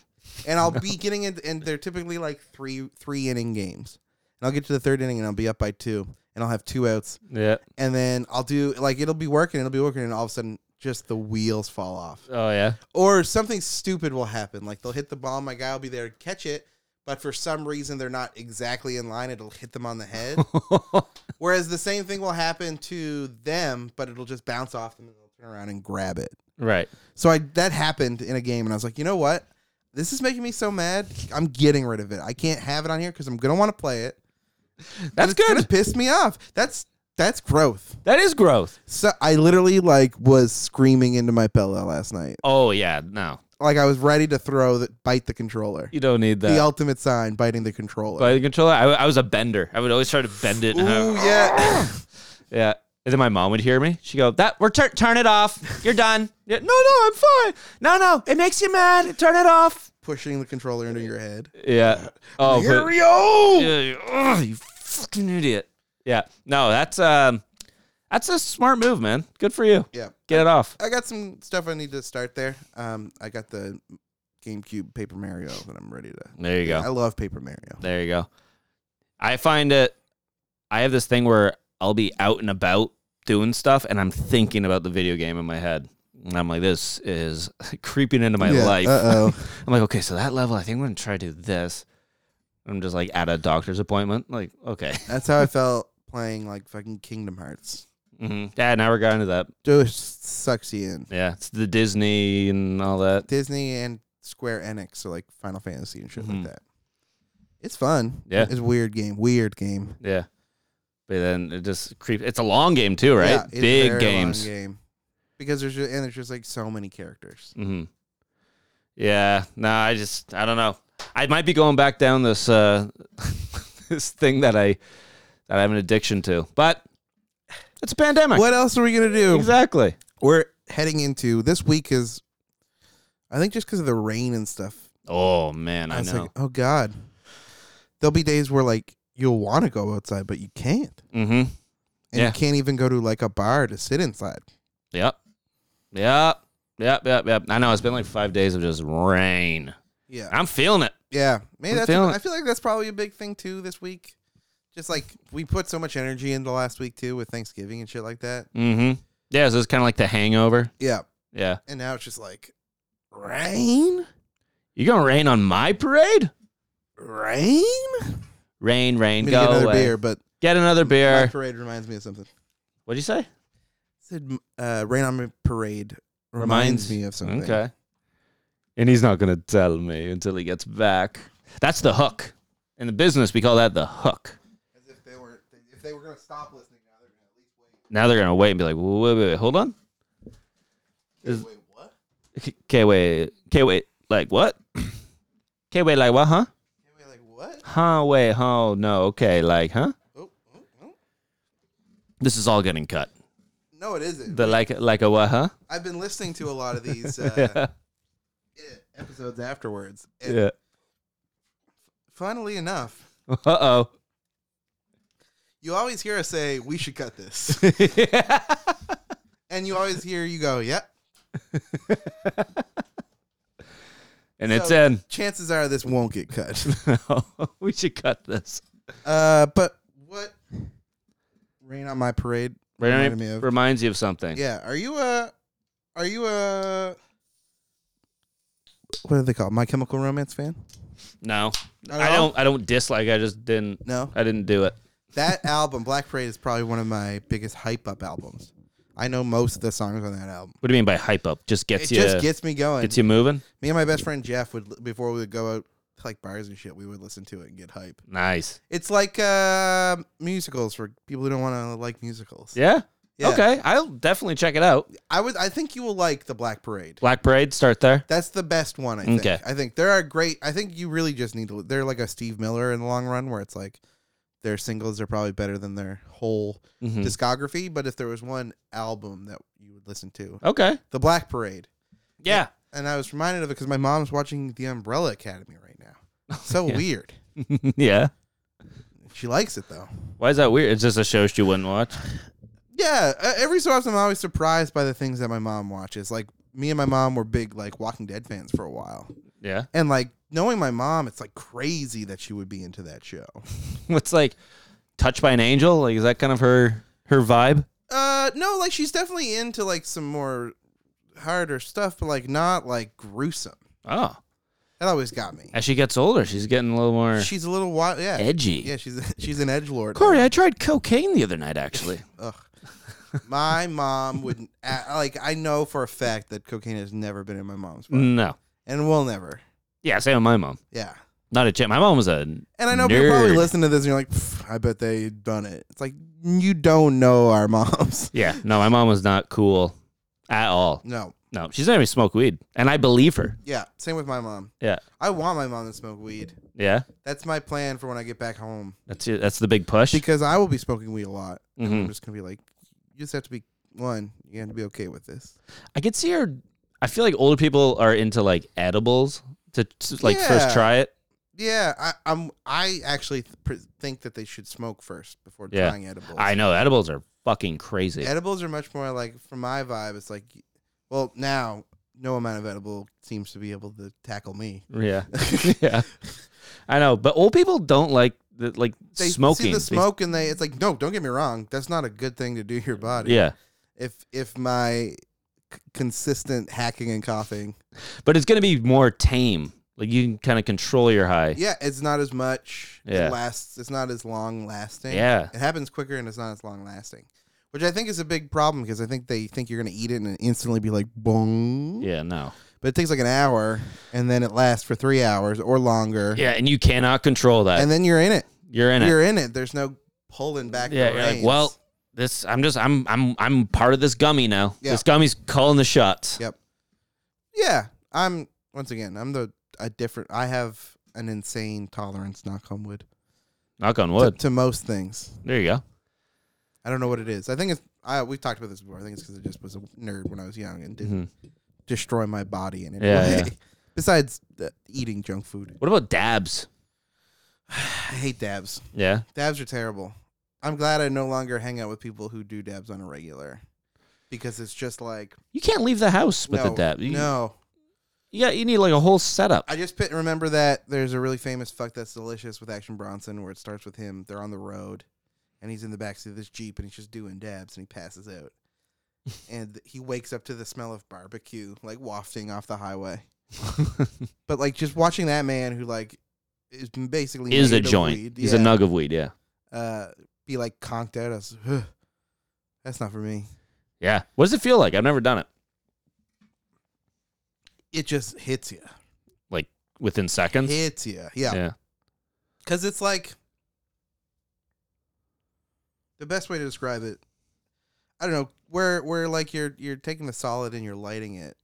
B: And I'll be getting it and they're typically like three three inning games. And I'll get to the third inning and I'll be up by two and I'll have two outs.
A: Yeah.
B: And then I'll do like it'll be working, it'll be working, and all of a sudden just the wheels fall off.
A: Oh yeah.
B: Or something stupid will happen. Like they'll hit the ball, my guy will be there to catch it, but for some reason they're not exactly in line, it'll hit them on the head. Whereas the same thing will happen to them, but it'll just bounce off them and they'll turn around and grab it.
A: right.
B: So I that happened in a game, and I was like, you know what? This is making me so mad. I'm getting rid of it. I can't have it on here because I'm gonna want to play it.
A: That's
B: It's gonna
A: good.
B: piss me off. That's that's growth.
A: That is growth.
B: So I literally like was screaming into my pillow last night.
A: Oh yeah. No,
B: Like I was ready to throw the bite the controller.
A: you don't need
B: The
A: that.
B: ultimate sign, biting the controller.
A: By the controller, I, I was a bender. I would always try to bend it.
B: Ooh
A: and have-
B: yeah.
A: yeah. And then my mom would hear me. She go, "That we're tur- turn it off. You're done." Yeah, no, no, I'm fine. No, no, it makes you mad. Turn it off.
B: Pushing the controller into your head.
A: Yeah. Oh, but-
B: Mario!
A: Yeah, you- ugh, you fucking idiot. Yeah. No, that's um, that's a smart move, man. Good for you.
B: Yeah.
A: Get it off.
B: I got some stuff I need to start there. Um, I got the GameCube Paper Mario that I'm ready to.
A: There you go.
B: I love Paper Mario.
A: There you go. I find it. I have this thing where I'll be out and about doing stuff, and I'm thinking about the video game in my head. And I'm like, this is creeping into my life.
B: Uh
A: I'm like, okay, so that level, I think I'm gonna try to do this. I'm just like at a doctor's appointment. Like, okay,
B: That's how I felt playing like fucking Kingdom Hearts.
A: hmm yeah. Now we're going to that.
B: Just sucks you in.
A: Yeah, it's the Disney and all that.
B: Disney and Square Enix, so like Final Fantasy and shit
A: Mhm.
B: like that. It's fun.
A: Yeah.
B: it's a weird game. Weird game.
A: Yeah, but then it just creeps. It's a long game too, right?
B: Yeah, it's a
A: Big
B: very
A: games.
B: Long game. Because there's just, and there's just like so many characters.
A: Mm-hmm. Yeah. No, I just I don't know. I might be going back down this uh this thing that I that I have an addiction to. But It's a pandemic.
B: What else are we gonna do?
A: Exactly.
B: We're heading into this week is, I think, just because of the rain and stuff.
A: Oh man, I,
B: was
A: know.
B: like, oh god, there'll be days where like you'll want to go outside, but you can't,
A: mm-hmm.
B: and
A: Yeah.
B: you can't even go to like a bar to sit inside.
A: Yep. Yep. Yep. Yep. Yep. I know. It's been like five days of just rain.
B: Yeah,
A: I'm feeling it.
B: yeah. Maybe
A: I'm
B: that's.
A: feeling
B: I feel like that's probably a big thing too this week. Just like we put so much energy into last week too with Thanksgiving and shit like that.
A: Mm-hmm. Yeah. So it's kind of like the hangover.
B: Yeah,
A: Yeah.
B: and now it's just like rain,
A: You gonna rain on my parade?
B: rain.
A: Rain, rain,
B: I'm gonna
A: go
B: get another
A: away.
B: beer, but
A: Get another
B: my
A: beer.
B: parade reminds me of something.
A: What'd you say?
B: said uh, rain on my parade
A: Reminds-
B: reminds, me of something.
A: Okay. And he's not gonna tell me until he gets back. That's the hook. In the business, we call that the hook.
B: As if they were, if they were gonna stop listening, now they're gonna at least wait.
A: Now they're gonna wait and be like, wait, wait, wait hold on. Is-
B: Wait, what?
A: Okay, wait, okay, wait, like what? Okay, wait, like what? Huh?
B: Can't we like what?
A: Huh? Wait, oh no, okay, like huh?
B: Oh, oh, oh.
A: This is all getting cut.
B: No, it isn't.
A: The like, like a what? Huh?
B: I've been listening to a lot of these uh, eh, episodes afterwards. And
A: yeah.
B: Funnily enough,
A: Uh oh.
B: you always hear us say we should cut this, and you always hear you go, "Yep."
A: and it's
B: So-
A: in.
B: Chances are this won't get cut.
A: we should cut this.
B: Uh, but what? Rain on my parade. reminded
A: Remind,
B: me of.
A: reminds you of something.
B: Yeah. Are you a? Are you a? What are they called? My Chemical Romance fan?
A: No,
B: Not at
A: I
B: all?
A: don't. I don't dislike. I just didn't.
B: No.
A: I didn't do it.
B: That album, Black Parade, is probably one of my biggest hype up albums. I know most of the songs on that album.
A: What do you mean by hype up? Just gets
B: It
A: you.
B: just gets me going.
A: gets you moving.
B: me and my best friend Jeff would li- before we would go out to like bars and shit, we would listen to it and get hype.
A: Nice.
B: It's like uh, musicals for people who don't want to like musicals.
A: Yeah?
B: Yeah.
A: Okay. I'll definitely check it out.
B: I would. I think you will like the Black Parade.
A: Black Parade. Start there.
B: That's the best one, I think.
A: Okay.
B: I think there are great. I think you really just need to. They're like a Steve Miller in the long run, where it's like their singles are probably better than their whole
A: Mhm.
B: discography. But if there was one album that you would listen to,
A: okay.
B: The Black Parade.
A: Yeah.
B: And I was reminded of it because my mom's watching The Umbrella Academy right now. So
A: yeah.
B: weird.
A: yeah.
B: She likes it though.
A: Why is that weird? It's just a show she wouldn't watch.
B: Yeah. Uh, every so often, I'm always surprised by the things that my mom watches. Like me and my mom were big like Walking Dead fans for a while,
A: Yeah.
B: and like knowing my mom, it's like crazy that she would be into that show.
A: What's like touched by an angel? Like is that kind of her her vibe?
B: Uh, no, like she's definitely into like some more harder stuff, but like not like gruesome.
A: Oh.
B: That always got me.
A: As she gets older, she's getting a little more
B: She's a little wild, yeah,
A: edgy.
B: yeah. She's she's an edge lord.
A: Corey, I tried cocaine the other night actually.
B: Ugh. My mom wouldn't a- like. I know for a fact that cocaine has never been in my
A: Mm.
B: mom's blood,
A: no.
B: and will never.
A: Yeah, same with my mom.
B: Yeah,
A: Not a chance. My mom was a
B: and I know people probably
A: Nerd.
B: listen to this and you're like, "Pff, I bet they done it. It's like you don't know our moms.
A: Yeah, no, my mom was not cool at all.
B: No,
A: No, she's not even smoke weed. And I believe her.
B: yeah. Same with my mom.
A: Yeah.
B: I want my mom to smoke weed.
A: Yeah.
B: That's my plan for when I get back home.
A: That's it. That's the big push.
B: because I will be smoking weed a lot. and
A: Mhm.
B: I'm just gonna be like, you just have to be one. You have to be okay with this.
A: I could see her. I feel like older people are into like edibles to, to, like first
B: Yeah.
A: try it.
B: Yeah, I, I'm. I actually th- pr- think that they should smoke first before
A: Yeah.
B: trying edibles.
A: I know edibles are fucking crazy.
B: edibles are much more like, for my vibe, it's like, well, now no amount of edible seems to be able to tackle me.
A: yeah, yeah, I know. But old people don't like the, like
B: They
A: smoking.
B: see the
A: They-
B: smoke and they. It's like, no, don't get me wrong. That's not a good thing to do to your body.
A: Yeah,
B: If if my c- consistent hacking and coughing,
A: but it's gonna be more tame. Like you can kind of control your high.
B: yeah, it's not as much.
A: Yeah.
B: It lasts. It's not as long lasting.
A: Yeah.
B: It happens quicker and it's not as long lasting, which I think is a big problem because I think they think you're going to eat it and instantly be like, boom.
A: Yeah, no.
B: But it takes like an hour and then it lasts for three hours or longer.
A: Yeah, and you cannot control that.
B: And then you're in it.
A: you're in it.
B: you're in it. There's no pulling back.
A: Yeah,
B: the
A: you're like,
B: reins.
A: well, this. I'm just. I'm. I'm. I'm part of this gummy now.
B: Yeah.
A: This gummy's calling the shots.
B: Yep. Yeah. I'm, once again, I'm the, a different, I have an insane tolerance, knock on wood,
A: Knock on
B: to,
A: wood.
B: to most things.
A: There you go.
B: I don't know what it is. I think it's I, we've talked about this before. I think it's because I just was a nerd when I was young and didn't
A: Mhm.
B: destroy my body in any
A: Yeah,
B: way.
A: yeah.
B: Besides uh, eating junk food,
A: What about dabs?
B: I hate dabs.
A: Yeah.
B: Dabs are terrible. I'm glad I no longer hang out with people who do dabs on a regular, because it's just like
A: You can't leave the house with
B: no,
A: a dab. You,
B: no.
A: Yeah, you need like a whole setup.
B: I just pit, remember that there's a really famous "fuck that's delicious" with Action Bronson, where it starts with him. They're on the road, and he's in the backseat of this jeep, and he's just doing dabs, and he passes out, and he wakes up to the smell of barbecue, like wafting off the highway. But like just watching that man who like is basically
A: is a
B: made of
A: joint.
B: weed,
A: He's
B: yeah,
A: a nug of weed. Yeah.
B: Uh, be like conked out. I was, "Ugh, that's not for me.
A: Yeah. What does it feel like? I've never done it.
B: It just hits you,
A: Within seconds.
B: hits you. Yeah,
A: yeah.
B: Because it's like the best way to describe it. I don't know where where like you're you're taking the solid and you're lighting it.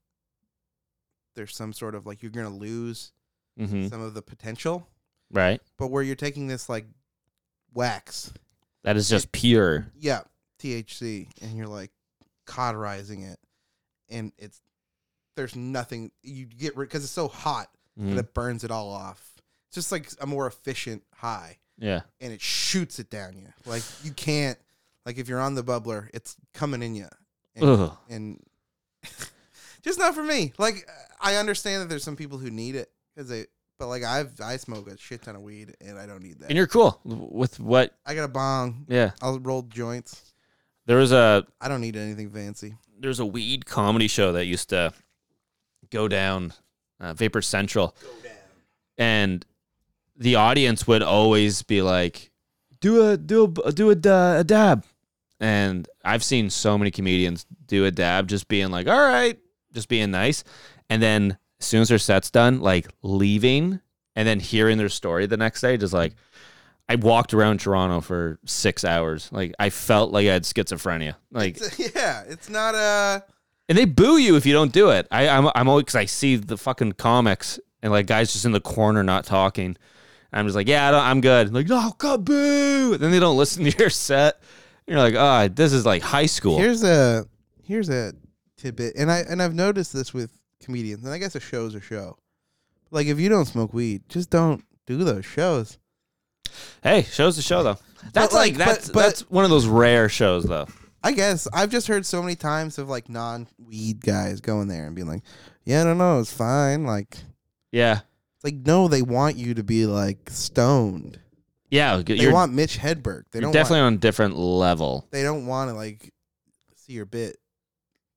B: There's some sort of like you're gonna lose
A: Mm-hmm.
B: some of the potential,
A: Right.
B: but where you're taking this like wax,
A: That is just pure.
B: yeah, THC, and you're like cauterizing it, and it's there's nothing you get rid because it's so hot
A: Mhm.
B: that it burns it all off. It's just like a more efficient high.
A: Yeah.
B: and it shoots it down you. Like you can't like if you're on the bubbler, it's coming in you. And,
A: Ugh.
B: and just not for me. Like I understand that there's some people who need it cuz they but like I've I smoke a shit ton of weed and I don't need
A: And
B: that.
A: you're cool with what?
B: I got a bong.
A: Yeah.
B: I'll roll joints.
A: There was a
B: I don't need anything fancy.
A: there's a weed comedy show that used to go down uh, Vapor Central. And the audience would always be like, "Do a do a do a, da- a dab." And I've seen so many comedians do a dab, just being like, "All right," just being nice, and then as soon as their set's done, like leaving, and then hearing their story the next day, just like. I walked around Toronto for six hours. Like I felt like I had schizophrenia. Like
B: It's- yeah, it's not a
A: and they boo you if you don't do it. I, I'm I'm always because I see the fucking comics and like guys just in the corner not talking. I'm just like, yeah, I don't, I'm good. Like, no, God, boo. Then they don't listen to your set. You're like, ah, this is like high school.
B: Here's a here's a tidbit, and I and I've noticed this with comedians, and I guess a show's a show. Like if you don't smoke weed, just don't do those shows.
A: hey, shows the show though. That's
B: like,
A: like,
B: but-
A: that's
B: but-
A: that's one of those rare shows though.
B: I guess I've just heard so many times of like non weed guys going there and being like, "Yeah, no, no, it's fine." Like,
A: Yeah,
B: it's like no, they want you to be like stoned.
A: yeah.
B: They
A: You're,
B: want Mitch Hedberg. They
A: you're
B: don't
A: definitely
B: Want,
A: on a different level.
B: they don't want to like see your bit.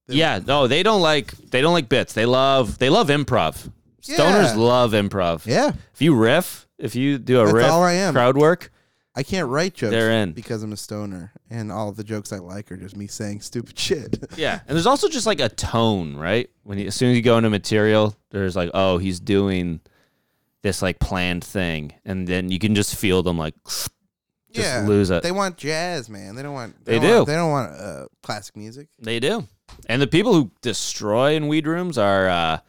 B: They-
A: Yeah, no, they don't like they don't like bits. They love they love improv. Stoners
B: Yeah.
A: love improv.
B: yeah.
A: If you riff, if you do a
B: That's
A: riff,
B: all I am.
A: crowd work.
B: I can't write jokes
A: They're in.
B: because I'm a stoner, and all the jokes I like are just me saying stupid shit.
A: Yeah, and there's also just like a tone, right? When you, as soon as you go into material, there's like, oh, he's doing this like planned thing, and then you can just feel them like just lose it. They,
B: They want jazz, man. They don't want.
A: They
B: don't want-
A: do.
B: they don't want uh, classic music.
A: do, and the people who destroy in weed rooms are uh,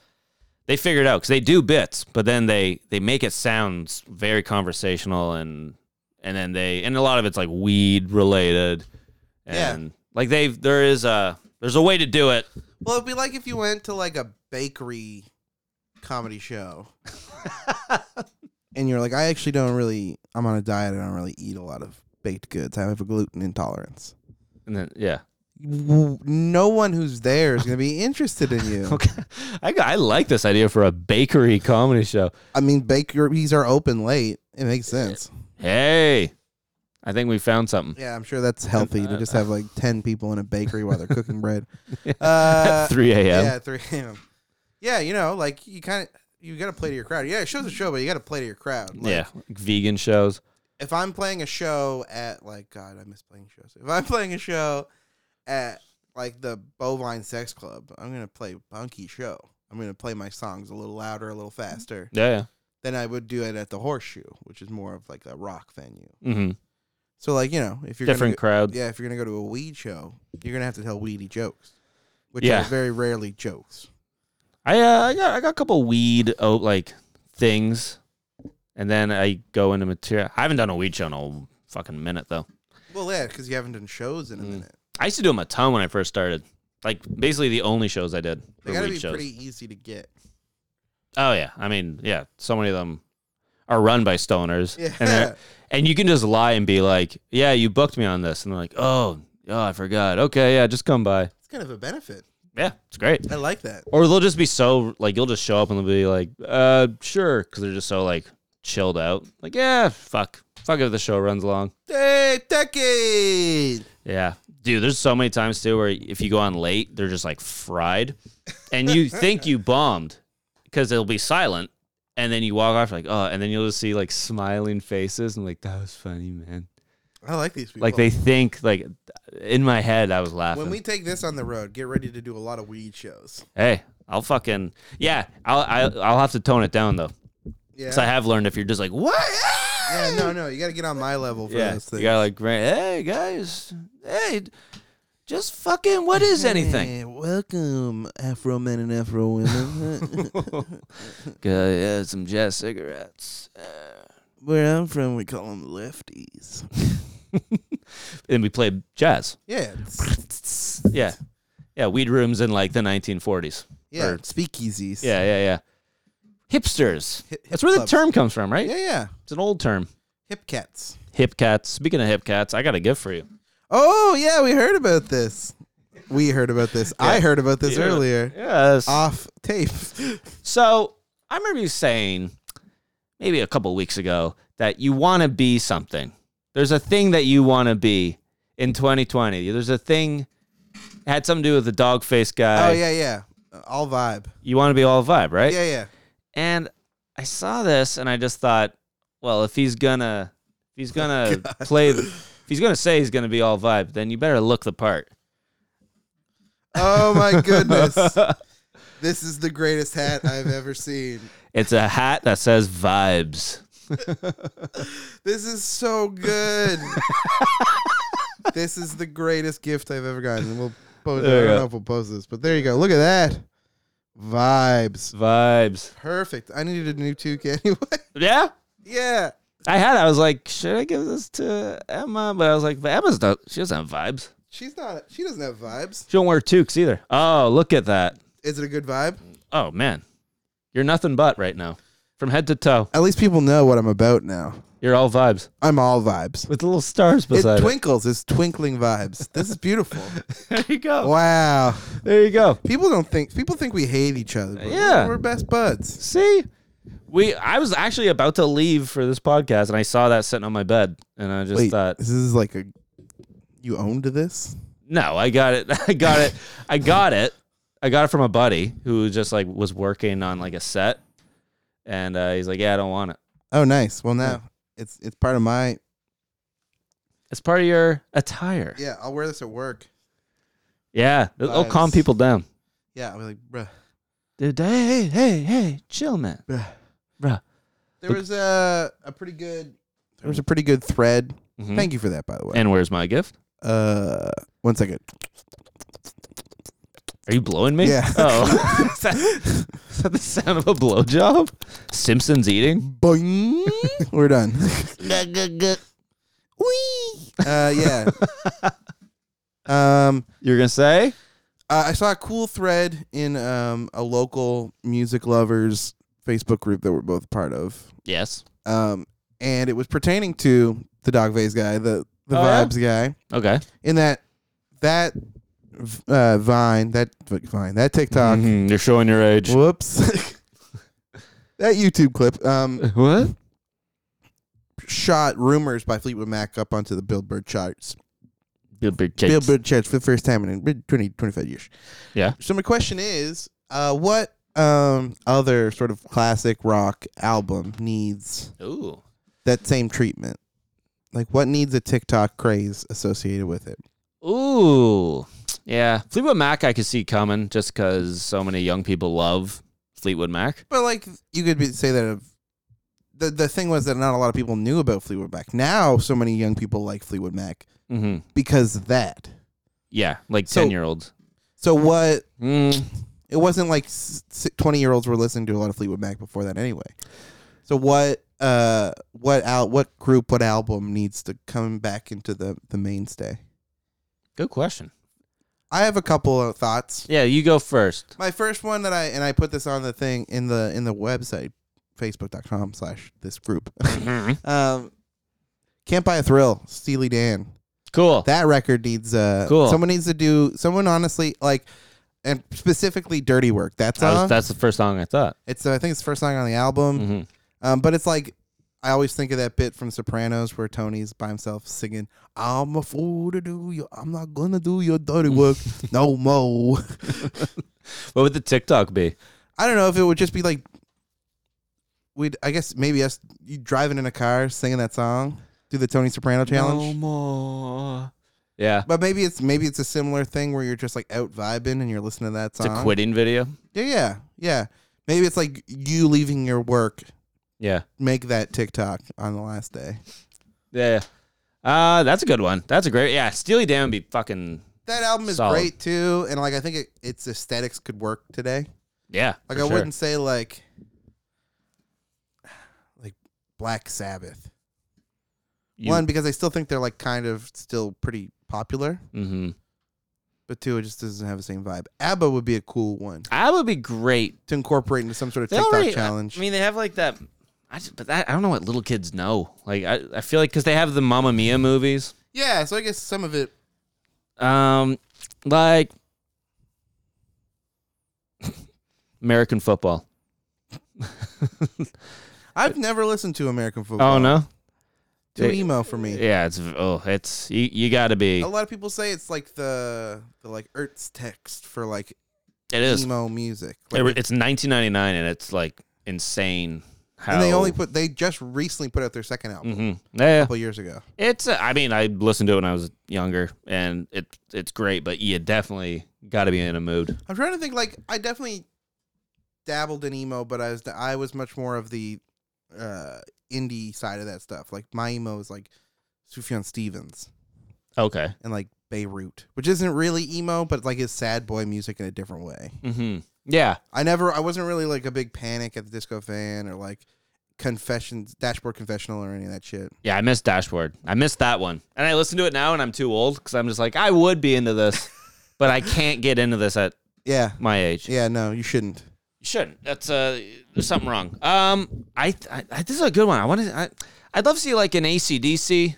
A: they figure it out because they do bits, but then they they make it sound s- very conversational, and and then they and a lot of it's like weed related,
B: Yeah.
A: and like they there is a there's a way to do it.
B: Well, it'd be like if you went to like a bakery comedy show, and you're like, I actually don't really. I'm on a diet. I don't really eat a lot of baked goods. I have a gluten intolerance.
A: And then yeah,
B: W- No one who's there is going to be interested in you.
A: Okay. I, got- I like this idea for a bakery comedy show.
B: I mean, bakeries are open late. It makes sense.
A: Hey, I think we found something.
B: Yeah, I'm sure that's healthy to just have like ten people in a bakery while they're cooking bread.
A: At
B: Uh,
A: 3 a.m.
B: Yeah, 3 a.m. Yeah, you know, like you kind of you got to play to your crowd. Yeah, it shows a show, but you got to play to your crowd. Like,
A: yeah. Vegan shows.
B: If I'm playing a show at like God, I miss playing shows. If I'm playing a show at like the Bovine Sex Club, I'm gonna play a punky show. I'm gonna play my songs a little louder, a little faster
A: Yeah.
B: than I would do it at the Horseshoe, which is more of like a rock venue.
A: yeah. hmm
B: So like you know, if you're
A: Different
B: gonna,
A: crowd.
B: yeah, if you're gonna go to a weed show, you're gonna have to tell weedy jokes, which
A: Yeah.
B: are very rarely jokes.
A: I, uh, I, got, I got a couple weed oh, like things. And then I go into material. I haven't done a weed show in a fucking minute, though.
B: Well, yeah, because you haven't done shows in a
A: Mm.
B: minute.
A: I used to do them a ton when I first started. Like basically the only shows I did.
B: They
A: were
B: gotta
A: weed
B: be
A: shows.
B: pretty easy to get.
A: Oh yeah, I mean yeah, so many of them are run by stoners,
B: Yeah.
A: and they're- and you can just lie and be like, yeah, you booked me on this, and they're like, oh, oh, I forgot. Okay, yeah, just come by.
B: It's kind of a benefit.
A: Yeah, it's great.
B: I like that.
A: Or they'll just be so like you'll just show up and they'll be like, uh, sure, because they're just so like chilled out. Like yeah, fuck, fuck if the show runs long.
B: Hey, Techie!
A: Yeah. Dude, there's so many times too where if you go on late, they're just like fried and you think you bombed because it'll be silent. And then you walk off like, oh, and then you'll just see like smiling faces and like, that was funny, man.
B: I like these people.
A: Like they think, like in my head, I was laughing.
B: When we take this on the road, get ready to do a lot of weed shows.
A: hey, I'll fucking, yeah, I'll, I'll, I'll have to tone it down though.
B: Yeah.
A: Because I have learned if you're just like, what?
B: yeah, no, no. You got to get on my level for
A: Yeah,
B: this
A: you
B: thing.
A: gotta like, hey guys, hey, just fucking, what is anything?
B: welcome, Afro men and Afro women.
A: yeah, some jazz cigarettes.
B: Where I'm from, we call them lefties.
A: and we played jazz.
B: Yeah. it's-
A: Yeah. Yeah, weed rooms in like the 1940s.
B: Yeah.
A: Or-
B: speakeasies.
A: Yeah, yeah, yeah. Hipsters.
B: Hip- hip
A: That's where
B: clubs.
A: the term comes from, right?
B: Yeah, yeah.
A: It's an old term.
B: Hip cats.
A: Hip cats. Speaking of hip cats, I got a gift for you.
B: Oh, yeah. We heard about this. We heard about this. I heard about this
A: Yeah.
B: earlier. Uh,
A: Yes.
B: Off tape. Oh,
A: so I remember you saying maybe a couple weeks ago that you want to be something. There's a thing that you want to be in 2020. There's a thing had something to do with the dog face guy.
B: oh, yeah, yeah. All vibe.
A: You want to be all vibe, right?
B: Yeah, yeah.
A: And I saw this and I just thought, well, if he's gonna if he's gonna play the, if he's gonna say he's gonna be all vibe, then you better look the part.
B: Oh, my goodness. This is the greatest hat I've ever seen.
A: it's a hat that says vibes.
B: This is so good. this is the greatest gift I've ever gotten. And We'll post, I
A: There you
B: don't
A: go.
B: know if we'll post this, but there you go. Look at that. Vibes.
A: Vibes.
B: Perfect. I needed a new toque anyway.
A: Yeah?
B: yeah.
A: I had it. I was like, should I give this to Emma? But I was like, but Emma's not she doesn't have vibes.
B: She's not she doesn't have vibes.
A: She don't wear toques either. Oh, look at that.
B: Is it a good vibe?
A: Oh man. You're nothing but right now. From head to toe.
B: At least people know what I'm about now.
A: You're all vibes.
B: I'm all vibes.
A: With little stars
B: It
A: beside it.
B: twinkles. It's twinkling vibes. This is beautiful.
A: There you go.
B: wow.
A: There you go.
B: People don't think people think we hate each other. But
A: Yeah.
B: We're best buds.
A: See, we. I was actually about to leave for this podcast, and I saw that sitting on my bed, and I just
B: Wait,
A: thought,
B: this is like a you owned this?
A: no, I got it, I got it, I got it, I got it from a buddy who just like was working on like a set, and uh, he's like, yeah, I don't want it.
B: Oh, nice. Well, now it's it's part of my
A: It's part of your attire. Yeah,
B: yeah. I'll wear this at work.
A: it'll it'll calm
B: Nice.
A: people down.
B: Yeah, I'll be like, bruh,
A: Dude, hey, hey, hey, hey, chill, man,
B: bruh.
A: bruh.
B: There was a a pretty good there was a pretty good thread.
A: Mhm.
B: Thank you for that, by the way.
A: And where's my gift?
B: uh, one second.
A: Are you blowing me?
B: Yeah.
A: Oh, is, that, is that the sound of a blowjob? Simpsons eating.
B: Boing. We're done.
C: Gah, gah, gah.
B: Wee. Uh, yeah. um,
A: You're gonna say.
B: uh, I saw a cool thread in um a local music lovers Facebook group that we're both part of.
A: Yes.
B: Um, and it was pertaining to the dog vase guy, the the
A: Oh, yeah?
B: vibes guy.
A: Okay.
B: in that that v- uh, Vine, that v- Vine, that TikTok,
A: You're showing your age.
B: whoops, that YouTube clip, um,
A: What?
B: shot rumors by Fleetwood Mac up onto the Billboard charts.
A: Billboard
B: Billboard charts for the first time in 20, 25 years.
A: Yeah.
B: So my question is, uh, what um other sort of classic rock album needs
A: Ooh.
B: that same treatment? Like, what needs a TikTok craze associated with it?
A: Ooh. Yeah. Fleetwood Mac, I could see coming just because so many young people love Fleetwood Mac.
B: But like you could be, say that of the the thing was that not a lot of people knew about Fleetwood Mac. Now so many young people like Fleetwood Mac
A: Mm-hmm.
B: because of that.
A: Yeah. Like
B: So-
A: 10 year olds.
B: So what?
A: Mm.
B: It wasn't like twenty year olds were listening to a lot of Fleetwood Mac before that anyway. So what uh what al- what group what album needs to come back into the the mainstay?
A: Good question.
B: I have a couple of thoughts.
A: Yeah, you go first.
B: My first one that I and I put this on the thing in the in the website facebook.com slash this group. um Can't Buy a Thrill, Steely Dan.
A: cool.
B: That record needs uh
A: Cool.
B: someone needs to do someone honestly like and specifically Dirty Work. That
A: That
B: song.
A: was, that's the first song I thought.
B: it's uh, I think it's the first song on the album.
A: hmm
B: Um, but it's like I always think of that bit from Sopranos where Tony's by himself singing, "I'm a fool to do you. I'm not gonna do your dirty work no more."
A: What would the TikTok be?
B: I don't know if it would just be like we'd. I guess maybe us you driving in a car singing that song, do the Tony Soprano
A: No
B: challenge.
A: more. Yeah.
B: But maybe it's maybe it's a similar thing where you're just like out vibing and you're listening to that
A: It's
B: song.
A: a quitting video.
B: Yeah, yeah, yeah. Maybe it's like you leaving your work.
A: Yeah.
B: Make that TikTok on the last day.
A: Yeah. Uh, that's a good one. That's a great. Yeah, Steely Dan would be fucking.
B: that album is
A: Solid.
B: great too, and like I think it, its aesthetics could work today.
A: Yeah.
B: Like
A: for
B: I
A: sure.
B: wouldn't say like like Black Sabbath.
A: You-
B: One because I still think they're like kind of still pretty popular,
A: Mhm.
B: but two it just doesn't have the same vibe. ABBA would be a cool one
A: I would be great.
B: to incorporate into some sort of
A: They
B: TikTok
A: already-
B: challenge.
A: I mean, they have like that. I just, but that, I don't know what little kids know. Like, I, I feel like because they have the Mamma Mia movies.
B: yeah, so I guess some of it.
A: Um, like American football.
B: I've never listened to American football.
A: Oh no.
B: too
A: It-
B: emo for me.
A: Yeah, it's oh, it's you, you got to be.
B: A lot of people say it's like the the like Ertz text for like
A: It is.
B: emo music. Like,
A: It- it's 1999 and it's like insane how
B: And they only put they just recently put out their second album
A: Mhm.
B: a
A: Yeah,
B: couple years ago.
A: it's. uh, I mean, I listened to it when I was younger, and it it's great. But you definitely got to be in a mood.
B: I'm trying to think like I definitely dabbled in emo, but I was I was much more of the uh indie side of that stuff. Like my emo is like Sufjan Stevens
A: Okay.
B: and like Beirut, which isn't really emo, but like is sad boy music in a different way.
A: Mm-hmm. Yeah.
B: I never I wasn't really like a big panic at the disco fan or like confessions dashboard confessional or any of that shit.
A: Yeah. I missed Dashboard. I missed that one, and I listen to it now, and I'm too old because I'm just like I would be into this, but I can't get into this at
B: Yeah.
A: my age.
B: Yeah, no, you shouldn't.
A: You shouldn't. That's uh, there's something wrong. Um, I, I, I this is a good one. I want to. I, I'd love to see like an ACDC.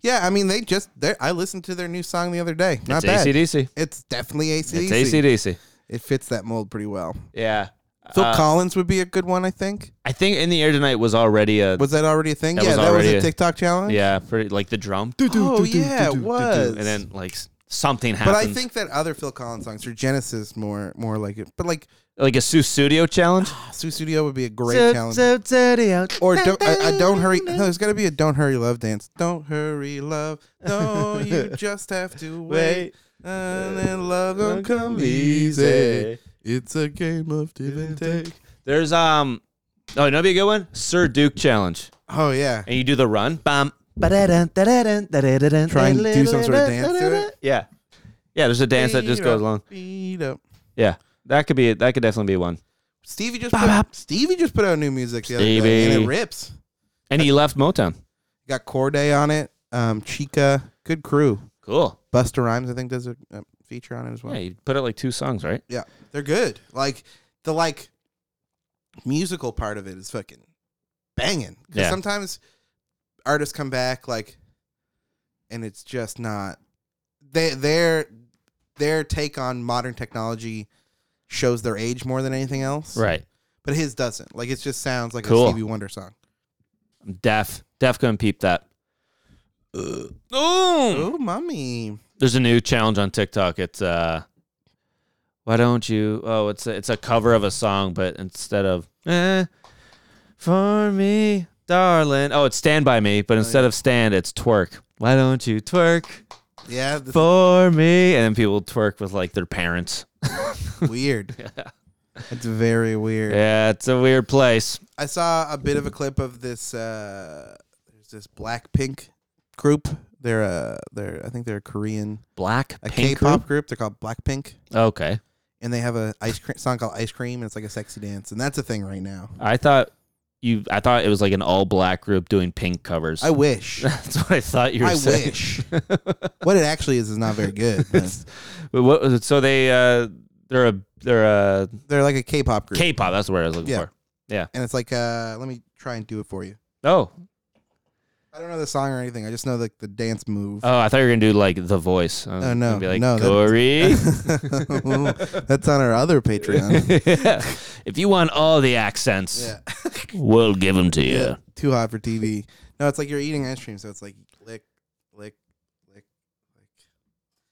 B: Yeah, I mean they just they I listened to their new song the other day. Not
A: it's
B: bad.
A: ACDC.
B: It's definitely ACDC.
A: It's ACDC.
B: It fits that mold pretty well.
A: Yeah.
B: Phil
A: Uh,
B: Collins would be a good one, I think.
A: I think in the air tonight was already a
B: Was that already a thing?
A: that
B: yeah,
A: was
B: that was
A: already
B: a
A: a-
B: TikTok challenge.
A: yeah, pretty like the drum.
B: Oh, yeah, it was.
A: And then like s- something
B: but
A: happened.
B: I think that other Phil Collins songs are Genesis more, more like it. But like
A: like a Sue Studio challenge.
B: Sue Studio would be a great
A: Sue-
B: challenge.
A: Sue Studio.
B: Or don't, I, I don't hurry. No, there's got to be a don't hurry love dance. Don't hurry love. No, you just have to wait. And then love don't come easy. It's a game of give and take.
A: There's um. Oh, you know, what'd be a good one. Sir Duke challenge,
B: Oh yeah,
A: and you do the run. Bam.
B: try
C: Try
B: and do some sort of dance to it.
A: Yeah. Yeah. There's a dance that just goes along.
B: Beat up.
A: Yeah. That could be. That could definitely be one.
B: Stevie just put, Stevie just put out new music the other day,
A: Stevie.
B: and it rips.
A: And he left Motown.
B: Got Corday on it, um, Chica, good crew.
A: Cool.
B: Buster Rhymes, I think, does a, a feature on it as well.
A: Yeah, he put out like two songs, right?
B: Yeah, they're good. Like the like musical part of it is fucking banging. 'Cause
A: Yeah.
B: Sometimes artists come back like, and it's just not they their their take on modern technology shows their age more than anything else.
A: Right.
B: But his doesn't. Like it just sounds like
A: Cool.
B: a Stevie Wonder song.
A: I'm deaf. Deaf couldn't peep that. Mm.
B: Oh, mommy.
A: There's a new challenge on TikTok. It's uh why don't you oh it's a, it's a cover of a song, but instead of eh, for me, darling. Oh, it's stand by me, but instead of stand, it's twerk. Why don't you twerk
B: Yeah, this
A: for me? And then people twerk with like their parents.
B: is weird. It's very weird.
A: Yeah, it's a weird place.
B: I saw a bit of a clip of this. Uh, there's this Blackpink group. They're uh, they're I think they're a Korean,
A: Black
B: a
A: pink
B: pop group. They're called Blackpink,
A: group? Okay.
B: and they have a ice cream song called Ice Cream, and it's like a sexy dance, and that's a thing right now.
A: I thought you. I thought it was like an all black group doing pink covers.
B: I wish.
A: That's what I thought you were
B: I
A: saying.
B: wish. what it actually is is not very good. but
A: But what, so they uh, they're a they're a
B: they're like a K-pop group,
A: K-pop. That's what I was looking
B: Yeah.
A: for.
B: and it's like, uh, let me try and do it for you.
A: Oh,
B: I don't know the song or anything. I just know like the dance move.
A: oh, I thought you were gonna do like The Voice. I was
B: Oh, no.
A: gonna be like
B: No, that-
A: Corey.
B: That's on our other Patreon.
A: Yeah. If you want all the accents,
B: yeah.
A: we'll give them to you.
B: yeah. Too hot for TV. No, it's like you're eating ice cream, so it's like lick, lick, lick, lick.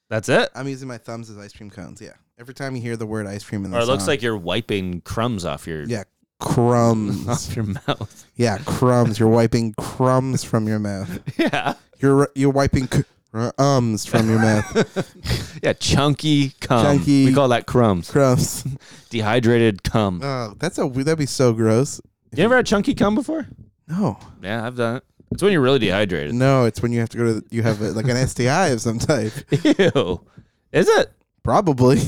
A: That's it.
B: I'm using my thumbs as ice cream cones. Yeah. Every time you hear the word ice cream in the
A: Or it looks
B: song.
A: like you're wiping crumbs off your
B: yeah crumbs.
A: off your mouth.
B: yeah, crumbs. You're wiping crumbs from your mouth.
A: Yeah,
B: You're you're wiping crumbs from your mouth.
A: yeah, chunky cum.
B: Chunky-
A: We call that crumbs.
B: Crumbs.
A: Dehydrated cum.
B: Oh, that's a that'd be so gross.
A: you ever had chunky cum before?
B: No,
A: Yeah, I've done it. It's when you're really dehydrated.
B: no. It's when you have to go to the, you have a, like an STI of some type.
A: Ew. Is it?
B: Probably.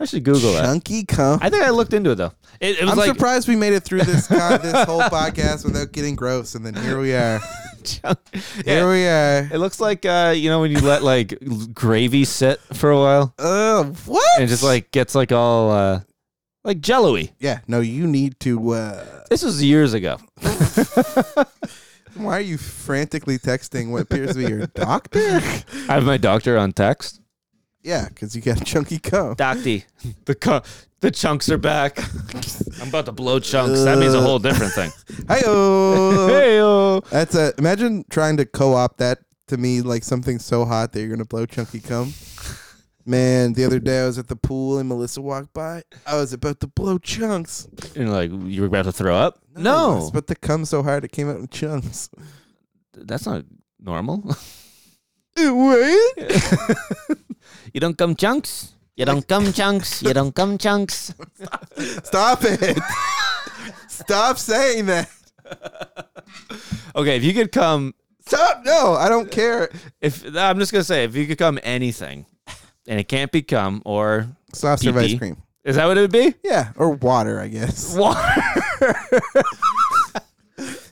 A: I should Google that.
B: Chunky cum.
A: I think I looked into it though. It, it was
B: I'm
A: like
B: surprised we made it through this con- this whole podcast without getting gross, and then here we are.
A: chunk.
B: Here
A: Yeah,
B: we are.
A: it looks like uh, you know when you let like l- gravy sit for a while
B: Uh, what?
A: and just like gets like all uh, like jello-y.
B: yeah. No, you need to. Uh,
A: This was years ago.
B: why are you frantically texting what appears to be your doctor?
A: I have my doctor on text.
B: yeah, because you got a chunky cum.
A: Docty, the cu- the chunks are back. I'm about to blow chunks. That means a whole different thing.
B: Hi oh.
A: oh.
B: That's a. Imagine trying to co-opt that to me like something so hot that you're gonna blow chunky cum. Man, the other day I was at the pool and Melissa walked by. I was about to blow chunks.
A: And like you were about to throw up?
B: I was about to cum so hard it came out in chunks.
A: that's not normal.
B: What?
A: you don't come chunks. You don't come chunks. You don't come chunks.
B: Stop it. Stop saying that.
A: Okay, if you could come,
B: Stop. No, I don't care.
A: if I'm just gonna say, if you could come anything, and it can't be cum or
B: Soft serve ice
A: Pee-pee.
B: cream.
A: is that what it would be?
B: Yeah, or water, I guess.
A: Water.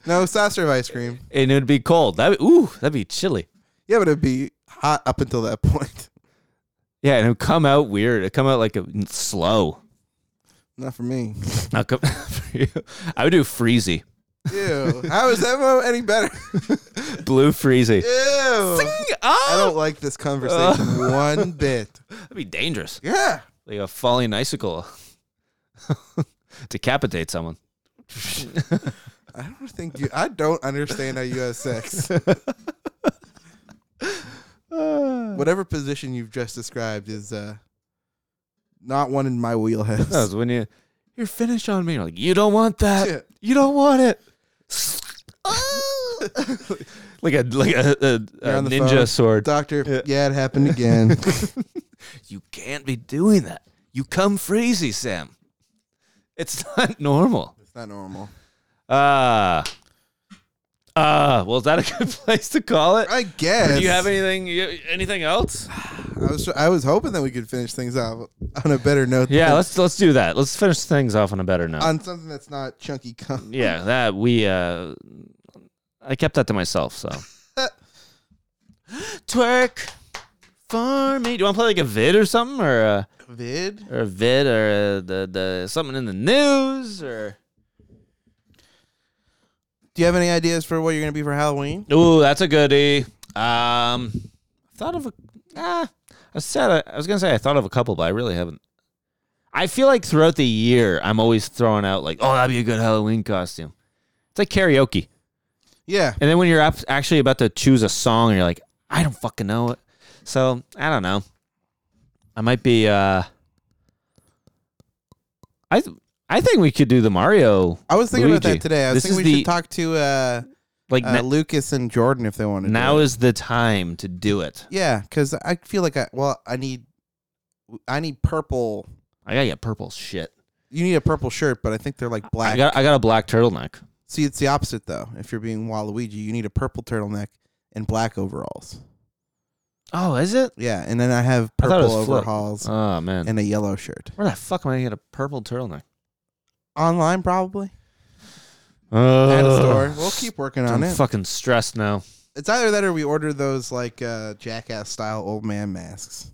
B: No, soft serve ice cream.
A: and it would be cold. That ooh, that'd be chilly.
B: Yeah, but it'd be hot up until that point.
A: Yeah, and it would come out weird. It come out like a, slow.
B: Not for me.
A: Not come, for you. I would do freezy,
B: Ew. How is that mo- any better?
A: blue
B: Ew.
A: freezy.
B: I
A: Oh,
B: don't like this conversation one bit.
A: that'd be dangerous.
B: Yeah.
A: Like a falling icicle. Decapitate someone.
B: I don't think you. I don't understand how you have sex. Whatever position you've just described is uh, not one in my wheelhouse.
A: That was when you you're finished on me. You're like you don't want that.
B: Yeah.
A: You don't want it. like a like a, a,
B: You're
A: a
B: on the
A: ninja
B: phone.
A: sword.
B: Doctor, yeah. it happened again.
A: You can't be doing that. You come freezy, Sam. It's not normal.
B: it's not normal.
A: Ah. Ah. well, is that a good place to call it?
B: I guess.
A: Do you have anything? You, anything else?
B: I was I was hoping that we could finish things off on a better note.
A: Yeah,
B: than-
A: let's let's do that. Let's finish things off on a better note.
B: on something that's not chunky cum.
A: yeah, that we uh I kept that to myself, so. Twerk for me. Do you want to play like a vid or something or a,
B: Vid.
A: or a vid or uh the the something in the news or
B: Do you have any ideas for what you're gonna be for Halloween?
A: Ooh, that's a goodie. Um thought of a ah, I said I, I was going to say I thought of a couple, but I really haven't. I feel like throughout the year I'm always throwing out like, "Oh, that'd be a good Halloween costume." It's like karaoke.
B: Yeah.
A: And then when you're up, actually about to choose a song, you're like, I don't fucking know it. So I don't know. I might be. uh I th- I think we could do the Mario
B: I was thinking about
A: Luigi.
B: that today. I was
A: This
B: thinking
A: is
B: we
A: the-
B: should talk to uh,
A: like
B: uh,
A: na-
B: Lucas and Jordan if they want to.
A: now is the time to do it.
B: yeah, because I feel like I well I need I need purple.
A: I gotta get purple shit.
B: You need a purple shirt, but I think they're like
A: I
B: black.
A: got I got a black turtleneck.
B: See, it's the opposite though. If you're being Waluigi, you need a purple turtleneck and black overalls.
A: Oh, is it?
B: Yeah, and then I have
A: I thought it
B: purple
A: was flip.
B: overalls
A: Oh man,
B: and a yellow shirt.
A: where the fuck am I gonna get a purple turtleneck?
B: Online, probably. at a store. We'll keep working on
A: I'm
B: it.
A: fucking stressed now.
B: It's either that or we order those like uh, jackass style old man masks.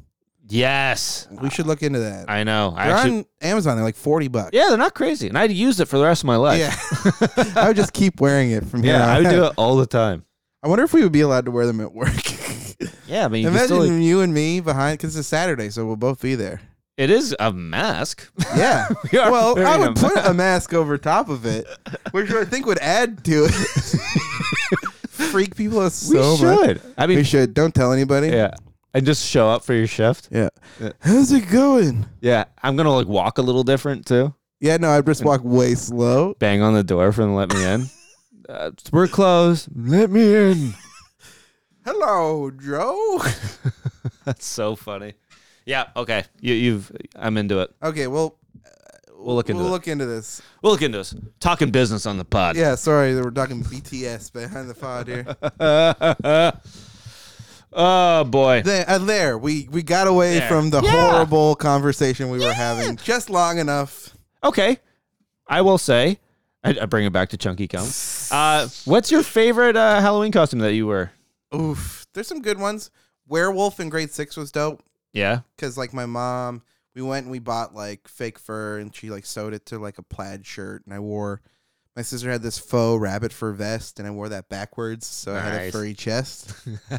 A: Yes,
B: We should look into that.
A: Uh, I know. I
B: They're
A: actually,
B: on Amazon. They're like forty bucks.
A: yeah, they're not crazy, and I'd use it for the rest of my life.
B: Yeah. I would just keep wearing it from here.
A: Yeah,
B: on
A: I would
B: out.
A: do it all the time.
B: I wonder if we would be allowed to wear them at work.
A: Yeah, I mean, you can
B: Imagine
A: still, like-
B: you and me behind because it's Saturday, so we'll both be there.
A: it is a mask.
B: Yeah.
A: We are
B: well, I
A: wearing
B: would
A: a
B: put a mask over top of it, which I think would add to it. Freak people out so much.
A: I mean,
B: We should. Don't tell anybody.
A: yeah, and just show up for your shift.
B: Yeah.
A: Yeah.
B: How's it going?
A: Yeah, I'm gonna like walk a little different too.
B: Yeah, no, I'd just walk way slow.
A: Bang on the door for them to let me in. Uh, we're closed. Let me in.
B: Hello, Joe.
A: That's so funny. Yeah. Okay. You, you've. I'm into it.
B: okay, well,
A: We'll look into
B: we'll
A: it.
B: look into this.
A: We'll look into this. Talking business on the pod.
B: Yeah, sorry that we're talking BTS behind the pod here.
A: oh boy.
B: there, uh, there, we we got away
A: There.
B: from the
A: Yeah.
B: horrible conversation we were having just long enough.
A: Okay. I will say. I, I bring it back to Chunky Kong. Uh, what's your favorite uh, Halloween costume that you wear?
B: Oof, there's some good ones. Werewolf in grade six was dope
A: Yeah.
B: because like my mom, we went and we bought like fake fur and she like sewed it to like a plaid shirt and I wore. My sister had this faux rabbit fur vest and I wore that backwards, so I had a
A: Nice.
B: furry chest.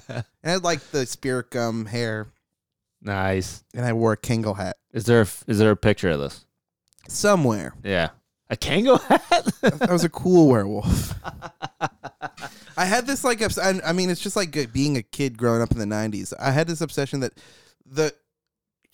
B: And I had like the spirit gum hair,
A: nice.
B: and I wore a Kangol hat
A: Is there a, f- is there a picture of this?
B: somewhere.
A: Yeah. A Kango hat?
B: I was a cool werewolf. I had this like, obs- I, I mean, it's just like uh, being a kid growing up in the '90s. I had this obsession that the,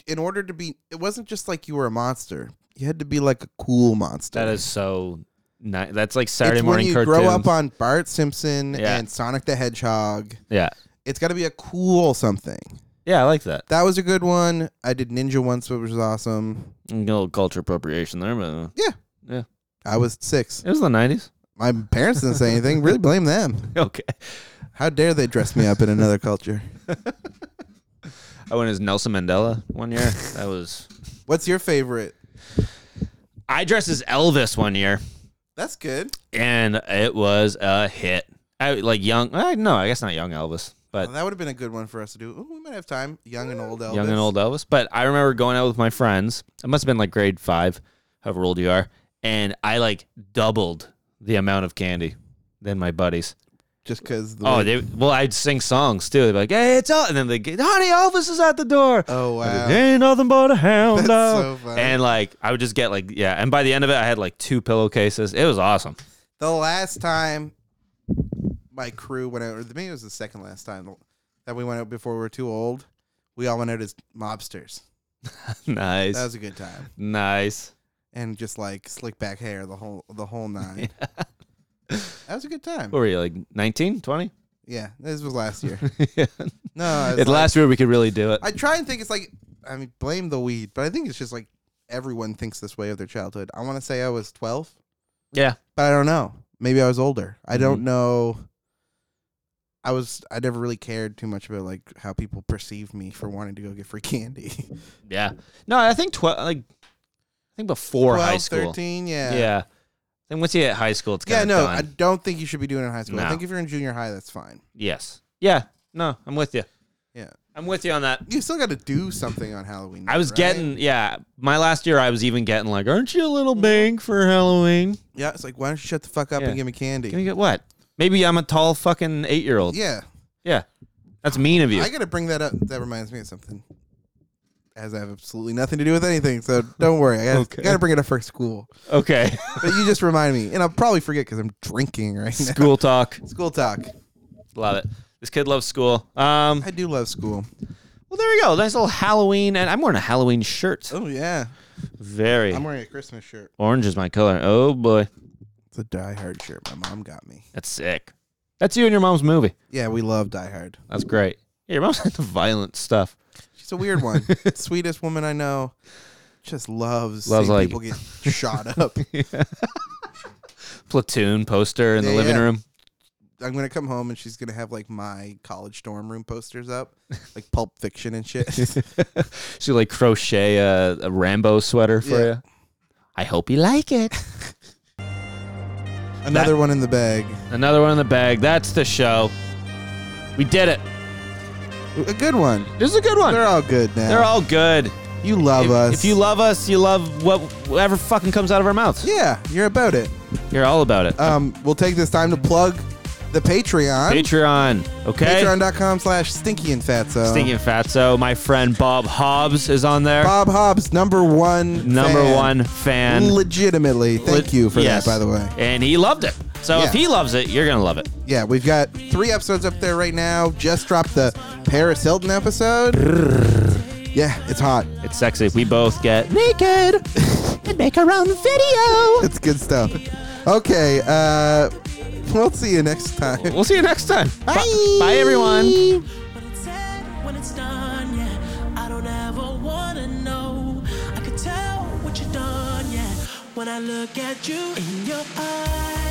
B: in order to be, it wasn't just like you were a monster. You had to be like a cool monster.
A: that is so nice. That's like
B: It's
A: Saturday
B: when
A: morning
B: you
A: cartoons.
B: grow up on Bart Simpson
A: Yeah.
B: and Sonic the Hedgehog.
A: yeah.
B: It's got to be a cool something.
A: Yeah, I like that.
B: That was a good one. I did Ninja once, which was awesome.
A: A little culture appropriation there, but uh,
B: I was six.
A: it was the 90s.
B: My parents didn't say anything. Really blame them.
A: Okay.
B: How dare they dress me up in another culture?
A: I went as Nelson Mandela one year. That was.
B: What's your favorite?
A: I dressed as Elvis one year,
B: That's good.
A: Uh, and it was a hit. I like young. I, no, I guess not young Elvis, but
B: Well, that would have been a good one for us to do. Ooh, we might have time. Young and old Elvis.
A: young and old Elvis. But I remember going out with my friends. It must have been like grade five, however old you are. And I like doubled the amount of candy than my buddies.
B: Just because.
A: Oh, they well, I'd sing songs too. They'd be like, "Hey, it's Elvis," and then they get, "Honey, Elvis is at the door."
B: Oh, wow.
A: I'd be, Ain't nothing but a hound
B: That's
A: dog.
B: so funny.
A: and like, I would just get like, yeah. And by the end of it, I had like two pillowcases. It was awesome.
B: The last time my crew went out, or maybe it was the second last time that we went out before we were too old, we all went out as mobsters.
A: nice,
B: That was a good time.
A: nice.
B: And just like slick back hair, the whole the whole nine. That was a good time.
A: What were you like, 19, 20?
B: Yeah, this was last year.
A: yeah.
B: No, it was
A: It
B: like-
A: last year we could really do it.
B: I try and think it's like I mean blame the weed, but I think it's just like everyone thinks this way of their childhood. I want to say I was 12,
A: yeah,
B: but I don't know. Maybe I was older. I don't
A: Mm-hmm.
B: know. I was I never really cared too much about like how people perceived me for wanting to go get free candy.
A: yeah. No, I think twelve. Like, I think before
B: 12,
A: high school.
B: 13, yeah.
A: Yeah. Then once you hit high school, it's
B: Yeah,
A: kind of
B: no,
A: done.
B: I don't think you should be doing it in high school. I
A: No.
B: think if you're in junior high, that's fine.
A: yes. Yeah. No, I'm with you.
B: Yeah.
A: I'm with you on that.
B: You still got to do something on Halloween.
A: I was
B: right?
A: getting, yeah, my last year I was even getting like, aren't you a little big for Halloween?
B: Yeah, it's like why don't you shut the fuck up
A: Yeah.
B: and give me candy?
A: Can you get what? Maybe I'm a tall fucking eight year old. Yeah.
B: yeah.
A: That's mean of you.
B: I gotta bring that up. That reminds me of something. As I have absolutely nothing to do with anything, so don't worry. I gotta,
A: Okay.
B: gotta bring it up for school.
A: okay.
B: But you just remind me, and I'll probably forget because I'm drinking right now.
A: school talk.
B: School talk.
A: Love it. This kid loves school. Um,
B: I do love school.
A: well, there we go. Nice little Halloween. And I'm wearing a Halloween shirt.
B: Oh yeah,
A: Very.
B: I'm wearing a Christmas shirt.
A: Orange is my color. Oh, boy.
B: It's a Die Hard shirt. My mom got me.
A: That's sick. That's you and your mom's movie.
B: Yeah, we love Die Hard.
A: That's great. Yeah, your mom's into violent stuff.
B: She's a weird one. Sweetest woman I know. Just loves,
A: Loves,
B: seeing
A: like-
B: people get shot up.
A: Platoon poster in the
B: Yeah,
A: living
B: yeah.
A: room.
B: I'm gonna come home and she's gonna have like my college dorm room posters up, like Pulp Fiction and shit.
A: she like crochet a, a Rambo sweater for
B: Yeah.
A: you. I hope you like it.
B: Another one in the bag.
A: Another one in the bag. That's the show. We did it.
B: A good one.
A: This is a good one.
B: They're all good now.
A: They're all good.
B: You love
A: if,
B: us.
A: if you love us, you love what whatever fucking comes out of our mouths.
B: Yeah, you're about it.
A: You're all about it.
B: Um, we'll take this time to plug the Patreon.
A: Patreon, okay?
B: Patreon.com slash Stinky and Fatso.
A: Stinky and Fatso. My friend Bob Hobbs is on there.
B: Bob Hobbs, number one.
A: Number
B: fan.
A: one fan.
B: Legitimately. Thank you for
A: Yes.
B: that, by the way.
A: And he loved it. So if
B: Yeah.
A: he loves it, you're gonna love it.
B: Yeah, we've got three episodes up there right now. Just dropped the Paris Hilton episode. yeah, it's hot.
A: It's sexy. We both get naked and make our own video.
B: It's good stuff. Okay, uh, we'll see you next time.
A: We'll see you next time. Bye,
B: Bye.
A: Bye everyone.
D: what it said when it's done, yeah. I don't ever wanna know. I could tell what you done, yeah. When I look at you in your eyes.